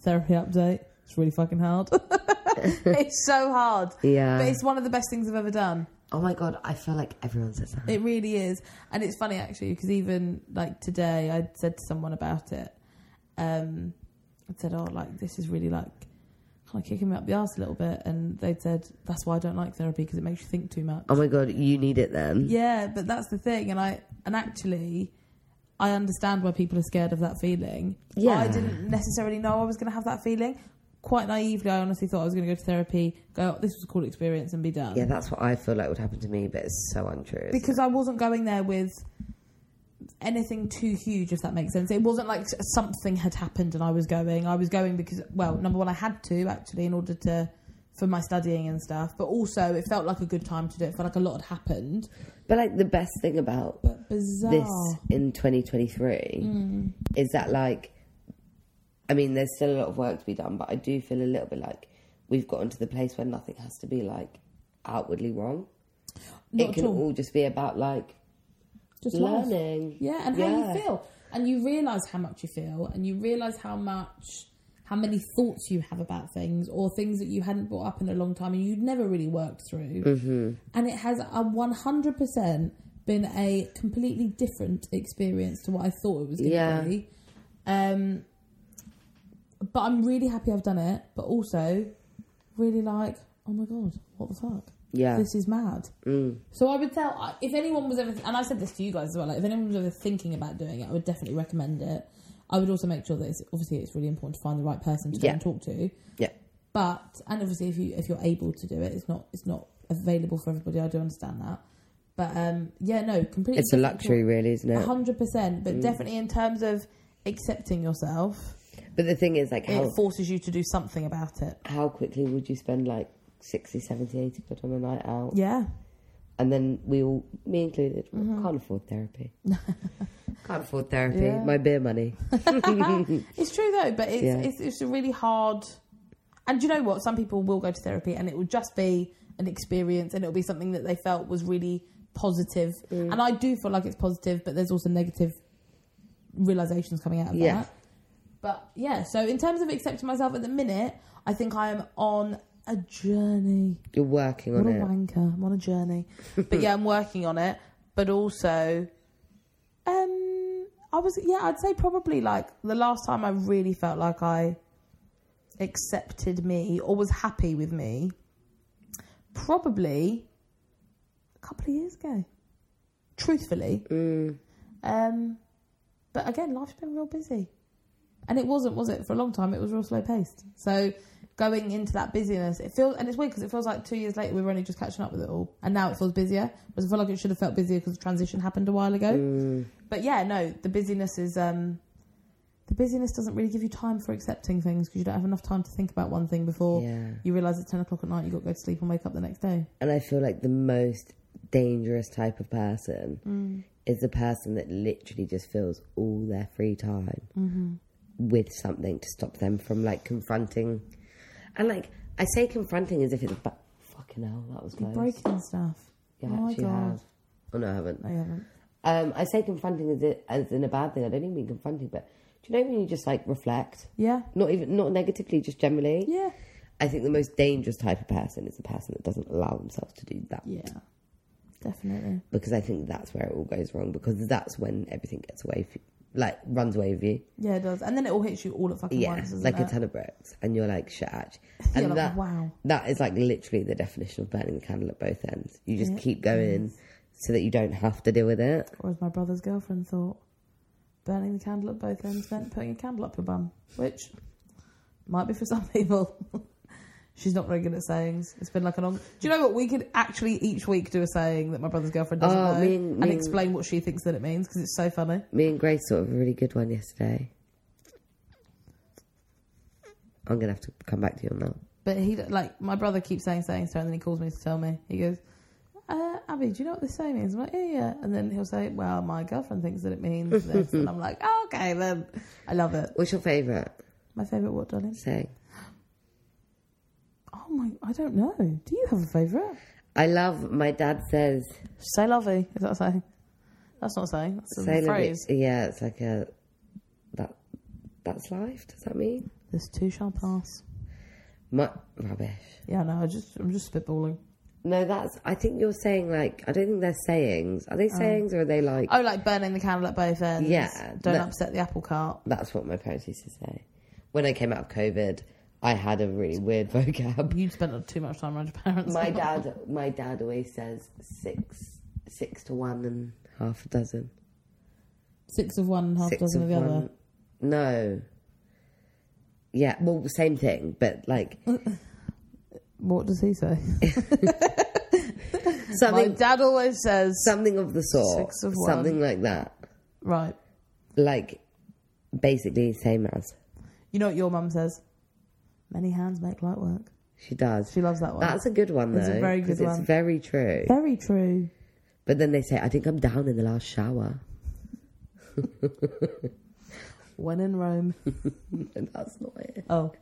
[SPEAKER 1] Therapy update. It's really fucking hard. it's so hard.
[SPEAKER 2] Yeah.
[SPEAKER 1] But it's one of the best things I've ever done.
[SPEAKER 2] Oh my god, I feel like everyone says that.
[SPEAKER 1] It really is. And it's funny actually because even like today I said to someone about it. Um, I said, "Oh, like this is really like kind of kicking me up the arse a little bit," and they said, "That's why I don't like therapy because it makes you think too much."
[SPEAKER 2] Oh my god, you need it then.
[SPEAKER 1] Yeah, but that's the thing, and I and actually. I understand why people are scared of that feeling.
[SPEAKER 2] Yeah.
[SPEAKER 1] I didn't necessarily know I was going to have that feeling. Quite naively, I honestly thought I was going to go to therapy, go, this was a cool experience, and be done.
[SPEAKER 2] Yeah, that's what I feel like would happen to me, but it's so untrue. isn't
[SPEAKER 1] because I wasn't going there with anything too huge, if that makes sense. It wasn't like s- something had happened and I was going. I was going because, well, number one, I had to actually in order to for my studying and stuff, but also it felt like a good time to do it. it felt like a lot had happened,
[SPEAKER 2] it? But like the best thing about
[SPEAKER 1] but bizarre. Hmm.
[SPEAKER 2] this in 2023 is that like i mean there's still a lot of work to be done but i do feel a little bit like we've gotten to the place where nothing has to be like outwardly wrong
[SPEAKER 1] Not
[SPEAKER 2] it
[SPEAKER 1] at
[SPEAKER 2] can
[SPEAKER 1] all.
[SPEAKER 2] all just be about like
[SPEAKER 1] Just life.
[SPEAKER 2] learning
[SPEAKER 1] Yeah, and how
[SPEAKER 2] Yeah.
[SPEAKER 1] you feel. And you realise how much you feel, and you realise how much, how many thoughts you have about things, or things that you hadn't brought up in a long time and you'd never really worked through. Mm-hmm. And it has a 100% been a completely different experience to what I thought it was going to
[SPEAKER 2] Yeah.
[SPEAKER 1] be. Um, but I'm really happy I've done it, but also really like, oh my god, what the fuck?
[SPEAKER 2] Yeah.
[SPEAKER 1] This is mad. Mm. So I would tell I- if anyone was ever, and I said this to you guys as well. Like if anyone was ever thinking about doing it, I would definitely recommend it. I would also make sure that it's obviously it's really important to find the right person to go
[SPEAKER 2] Yeah.
[SPEAKER 1] and talk to.
[SPEAKER 2] yeah
[SPEAKER 1] But and obviously if you if you're able to do it, it's not it's not available for everybody. I do understand that. But um, yeah, no, completely.
[SPEAKER 2] it's a
[SPEAKER 1] different
[SPEAKER 2] luxury really isn't
[SPEAKER 1] to- a
[SPEAKER 2] it Mm.
[SPEAKER 1] hundred percent. But definitely in terms of accepting yourself,
[SPEAKER 2] but the thing is like how,
[SPEAKER 1] it forces you to do something about it.
[SPEAKER 2] how quickly would you spend like 60 70 80 quid on a night out
[SPEAKER 1] Yeah.
[SPEAKER 2] and then we all me included can't afford therapy can't afford therapy
[SPEAKER 1] Mm-hmm. Yeah.
[SPEAKER 2] my beer money
[SPEAKER 1] It's true though, but it's,
[SPEAKER 2] Yeah.
[SPEAKER 1] it's it's a really hard. And do you know what? Some people will go to therapy, and it will just be an experience, and it'll be something that they felt was really positive.
[SPEAKER 2] Mm.
[SPEAKER 1] And I do feel like it's positive, but there's also negative realizations coming out of
[SPEAKER 2] Yeah.
[SPEAKER 1] that. But yeah, so in terms of accepting myself at the minute, I think I am on a journey.
[SPEAKER 2] you're working on
[SPEAKER 1] What a
[SPEAKER 2] it
[SPEAKER 1] wanker! I'm on a journey. but yeah, I'm working on it. But also, um, I was yeah, I'd say probably like the last time I really felt like I accepted me or was happy with me, probably a couple of years ago. Truthfully,
[SPEAKER 2] Mm,
[SPEAKER 1] um, but again, life's been real busy. And it wasn't, was it? For a long time, it was real slow paced. So going into that busyness, it feels, and it's weird because it feels like two years later we were only just catching up with it all, and now it feels busier. Whereas I feel like it should have felt busier because the transition happened a while ago.
[SPEAKER 2] mm,
[SPEAKER 1] But yeah, no, the busyness is. um the busyness doesn't really give you time for accepting things because you don't have enough time to think about one thing before
[SPEAKER 2] Yeah.
[SPEAKER 1] you realise it's 10 o'clock at night, you've got to go to sleep and wake up the next day.
[SPEAKER 2] And I feel like the most dangerous type of person
[SPEAKER 1] Mm.
[SPEAKER 2] is the person that literally just fills all their free time
[SPEAKER 1] Mm-hmm.
[SPEAKER 2] with something to stop them from like confronting. And like, I say confronting as if it's but fucking hell, that was
[SPEAKER 1] You're
[SPEAKER 2] close.
[SPEAKER 1] breaking stuff.
[SPEAKER 2] yeah,
[SPEAKER 1] oh
[SPEAKER 2] I
[SPEAKER 1] my
[SPEAKER 2] actually
[SPEAKER 1] God.
[SPEAKER 2] have. Oh no, I haven't.
[SPEAKER 1] I haven't.
[SPEAKER 2] Um, I say confronting as, it, as in a bad thing. I don't even mean confronting, but do you know when you just like reflect?
[SPEAKER 1] Yeah.
[SPEAKER 2] Not even not negatively, just generally.
[SPEAKER 1] Yeah.
[SPEAKER 2] I think the most dangerous type of person is the person that doesn't allow themselves to do that.
[SPEAKER 1] Yeah. Definitely.
[SPEAKER 2] because I think that's where it all goes wrong because that's when everything gets away, f- like runs away with you.
[SPEAKER 1] Yeah, it does. And then it all hits you all at fucking
[SPEAKER 2] Yeah,
[SPEAKER 1] once, doesn't
[SPEAKER 2] like
[SPEAKER 1] it?
[SPEAKER 2] a ton of bricks, and you're like, shit, actually.
[SPEAKER 1] You're
[SPEAKER 2] And
[SPEAKER 1] like,
[SPEAKER 2] that,
[SPEAKER 1] wow.
[SPEAKER 2] that is like literally the definition of burning the candle at both ends. You just keep going so that you don't have to deal with it.
[SPEAKER 1] or as my brother's girlfriend thought, burning the candle at both ends meant putting a candle up your bum, which might be for some people. She's not very good at sayings. It's been like an on. Do you know what? We could actually each week do a saying that my brother's girlfriend doesn't
[SPEAKER 2] Oh,
[SPEAKER 1] know
[SPEAKER 2] me and-
[SPEAKER 1] and
[SPEAKER 2] me and-
[SPEAKER 1] explain what she thinks that it means because it's so funny.
[SPEAKER 2] Me and Grace thought of a really good one yesterday. I'm gonna have to come back to you on that.
[SPEAKER 1] But he like my brother keeps saying sayings to her, and then he calls me to tell me. He goes, uh, Abby, do you know what this saying means? I'm like, yeah, yeah. And then he'll say, well, my girlfriend thinks that it means this. and I'm like, oh, okay, then. I love it.
[SPEAKER 2] What's your favourite
[SPEAKER 1] My favourite what, darling?
[SPEAKER 2] saying?
[SPEAKER 1] Oh my, I don't know. Do you have a favourite?
[SPEAKER 2] I love. My dad says.
[SPEAKER 1] Say lovey. Is that a saying? That's not a saying. That's a
[SPEAKER 2] say love it-
[SPEAKER 1] phrase.
[SPEAKER 2] Yeah, it's like a that. That's life. Does that mean
[SPEAKER 1] This too shall pass.
[SPEAKER 2] my rubbish?
[SPEAKER 1] Yeah, no, I just, I'm just spitballing.
[SPEAKER 2] No, that's. I think you're saying like. I don't think they're sayings. Are they sayings or are they like?
[SPEAKER 1] Oh, like burning the candle at both ends.
[SPEAKER 2] Yeah,
[SPEAKER 1] Don't
[SPEAKER 2] that-
[SPEAKER 1] upset the apple cart.
[SPEAKER 2] That's what my parents used to say. When I came out of COVID, I had a really weird vocab.
[SPEAKER 1] You'd spent too much time around your parents.
[SPEAKER 2] My dad. My dad always says six, six to one and half a dozen.
[SPEAKER 1] Six of one and half
[SPEAKER 2] six
[SPEAKER 1] dozen
[SPEAKER 2] of
[SPEAKER 1] of the
[SPEAKER 2] one.
[SPEAKER 1] other.
[SPEAKER 2] No. Yeah, well, same thing, but like
[SPEAKER 1] What does he say? My
[SPEAKER 2] something,
[SPEAKER 1] dad always says,
[SPEAKER 2] something of the sort,
[SPEAKER 1] Six of
[SPEAKER 2] something like that.
[SPEAKER 1] right,
[SPEAKER 2] Like, basically, same as
[SPEAKER 1] you know what your mum says? Many hands make light work.
[SPEAKER 2] she does.
[SPEAKER 1] She loves that one.
[SPEAKER 2] That's a good one, though.
[SPEAKER 1] It's a very good
[SPEAKER 2] 'cause
[SPEAKER 1] one.
[SPEAKER 2] It's very true.
[SPEAKER 1] very true.
[SPEAKER 2] But then they say, "I think I'm down in the last shower,"
[SPEAKER 1] When in Rome.
[SPEAKER 2] and that's not it.
[SPEAKER 1] Oh.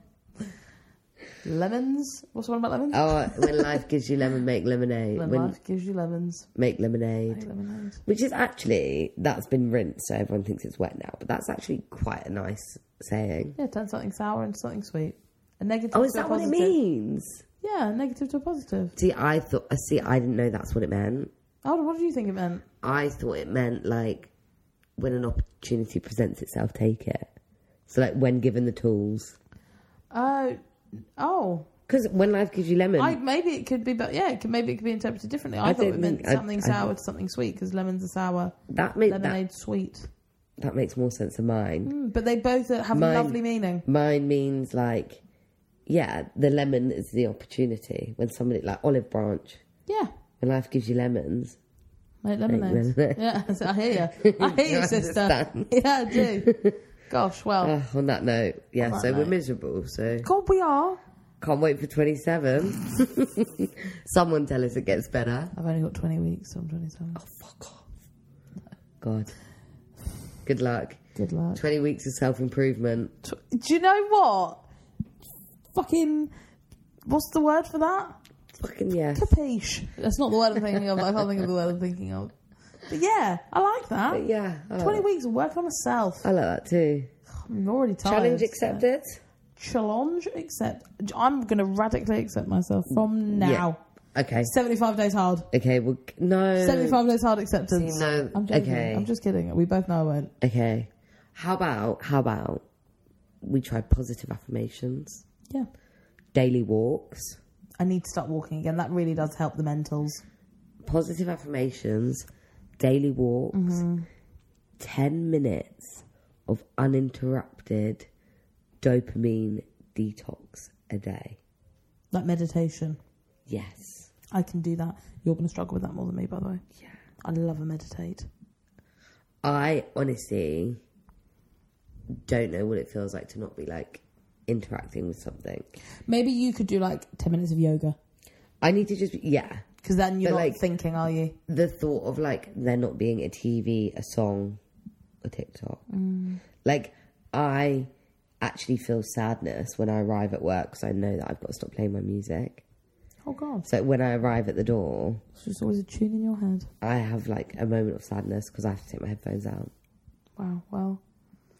[SPEAKER 1] Lemons. What's the one about lemons?
[SPEAKER 2] Oh, when life gives you lemon, make lemonade.
[SPEAKER 1] when,
[SPEAKER 2] When
[SPEAKER 1] life gives you lemons.
[SPEAKER 2] make lemonade,
[SPEAKER 1] Make lemonade.
[SPEAKER 2] which is actually that's been rinsed, so everyone thinks it's wet now. But that's actually quite a nice saying.
[SPEAKER 1] Yeah, turn something sour into something sweet. A negative
[SPEAKER 2] Oh, is
[SPEAKER 1] to a
[SPEAKER 2] that what it
[SPEAKER 1] positive.
[SPEAKER 2] means?
[SPEAKER 1] Yeah, a negative to a positive.
[SPEAKER 2] See, I thought. I See, I didn't know that's what it meant.
[SPEAKER 1] Oh, what do you think it meant?
[SPEAKER 2] I thought it meant like when an opportunity presents itself, take it. So like when given the tools,
[SPEAKER 1] Uh, oh,
[SPEAKER 2] because when life gives you lemon,
[SPEAKER 1] I, maybe it could be, but yeah, it could, maybe it could be interpreted differently. I,
[SPEAKER 2] I
[SPEAKER 1] thought it
[SPEAKER 2] don't
[SPEAKER 1] meant
[SPEAKER 2] think- I-
[SPEAKER 1] something
[SPEAKER 2] I-
[SPEAKER 1] sour to something sweet because lemons are sour,
[SPEAKER 2] that makes that,
[SPEAKER 1] lemonade sweet.
[SPEAKER 2] that makes more sense than mine.
[SPEAKER 1] Mm, but they both uh, have
[SPEAKER 2] Mine-
[SPEAKER 1] lovely meaning.
[SPEAKER 2] Mine means like, yeah, the lemon is the opportunity when somebody like olive branch.
[SPEAKER 1] Yeah,
[SPEAKER 2] When life gives you lemons,
[SPEAKER 1] make lemonade.
[SPEAKER 2] lemonade.
[SPEAKER 1] yeah, I said, I hear you. I hear you,
[SPEAKER 2] You
[SPEAKER 1] sister.
[SPEAKER 2] understand. Uh,
[SPEAKER 1] Yeah, I do. Gosh, well,
[SPEAKER 2] Ugh, Oh, on that note, yeah.
[SPEAKER 1] that
[SPEAKER 2] so we're
[SPEAKER 1] note.
[SPEAKER 2] miserable. So
[SPEAKER 1] God, we are.
[SPEAKER 2] can't wait for twenty seven. Someone tell us it gets better.
[SPEAKER 1] I've only got 20 weeks, so I'm 27.
[SPEAKER 2] Fuck off. God. Good luck.
[SPEAKER 1] Good luck.
[SPEAKER 2] 20 weeks of self improvement.
[SPEAKER 1] Tw- do you know what? Fucking, what's the word for that?
[SPEAKER 2] Fucking yes.
[SPEAKER 1] Capiche. That's not the word I'm thinking of. I can't think of the word I'm thinking of. But yeah, I like that.
[SPEAKER 2] But yeah. I like,
[SPEAKER 1] Twenty
[SPEAKER 2] that.
[SPEAKER 1] weeks of working on myself.
[SPEAKER 2] I like that too.
[SPEAKER 1] I'm already tired.
[SPEAKER 2] Challenge accepted.
[SPEAKER 1] Challenge accept. I'm going to radically accept myself from now.
[SPEAKER 2] Yeah. Okay.
[SPEAKER 1] Seventy-five days hard.
[SPEAKER 2] Okay. Well, no.
[SPEAKER 1] Seventy-five days hard acceptance.
[SPEAKER 2] See, no.
[SPEAKER 1] I'm joking.
[SPEAKER 2] Okay.
[SPEAKER 1] I'm just kidding. We both know I won't.
[SPEAKER 2] Okay. How about, how about we try positive affirmations,
[SPEAKER 1] Yeah.
[SPEAKER 2] daily walks,
[SPEAKER 1] I need to start walking again. That really does help the mentals.
[SPEAKER 2] positive affirmations, daily walks, 10 minutes of uninterrupted dopamine detox a day.
[SPEAKER 1] Like meditation.
[SPEAKER 2] Yes.
[SPEAKER 1] I can do that. You're going to struggle with that more than me, by the way.
[SPEAKER 2] Yeah.
[SPEAKER 1] I love a meditate.
[SPEAKER 2] I honestly don't know what it feels like to not be like interacting with something.
[SPEAKER 1] Maybe you could do like ten minutes of yoga
[SPEAKER 2] I need to just, yeah.
[SPEAKER 1] because then you're
[SPEAKER 2] But,
[SPEAKER 1] not
[SPEAKER 2] like-
[SPEAKER 1] thinking, are you?
[SPEAKER 2] The thought of like there not being a TV, a song, a TikTok.
[SPEAKER 1] Mm.
[SPEAKER 2] Like, I actually feel sadness when I arrive at work because I know that I've got to stop playing my music.
[SPEAKER 1] Oh God,
[SPEAKER 2] So when I arrive at the door,
[SPEAKER 1] it's just always a tune in your head.
[SPEAKER 2] I have like a moment of sadness because I have to take my headphones out.
[SPEAKER 1] Wow. Well,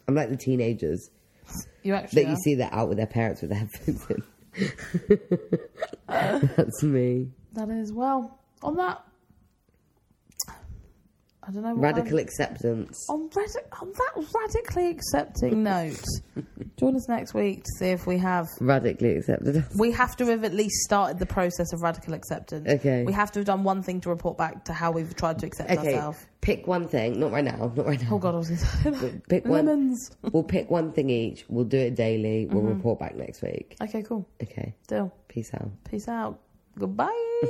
[SPEAKER 2] I'm like the teenagers
[SPEAKER 1] you actually.
[SPEAKER 2] that you
[SPEAKER 1] are.
[SPEAKER 2] see that out with their parents with their headphones in. That's me.
[SPEAKER 1] That is well on that. I don't know. What
[SPEAKER 2] Radical acceptance.
[SPEAKER 1] I'm, on, radi- on that radically accepting note, join us next week to see if we have.
[SPEAKER 2] Radically accepted.
[SPEAKER 1] We have to have at least started the process of radical acceptance.
[SPEAKER 2] Okay.
[SPEAKER 1] We have to have done one thing to report back to how we've tried to accept
[SPEAKER 2] Okay,
[SPEAKER 1] ourselves.
[SPEAKER 2] pick one thing. Not right now. Not right now.
[SPEAKER 1] Oh God, I was going to
[SPEAKER 2] Pick one.
[SPEAKER 1] lemons.
[SPEAKER 2] We'll pick one thing each. We'll do it daily. We'll report back next week.
[SPEAKER 1] Okay, cool.
[SPEAKER 2] Okay.
[SPEAKER 1] Deal.
[SPEAKER 2] Peace out.
[SPEAKER 1] Peace out. Goodbye.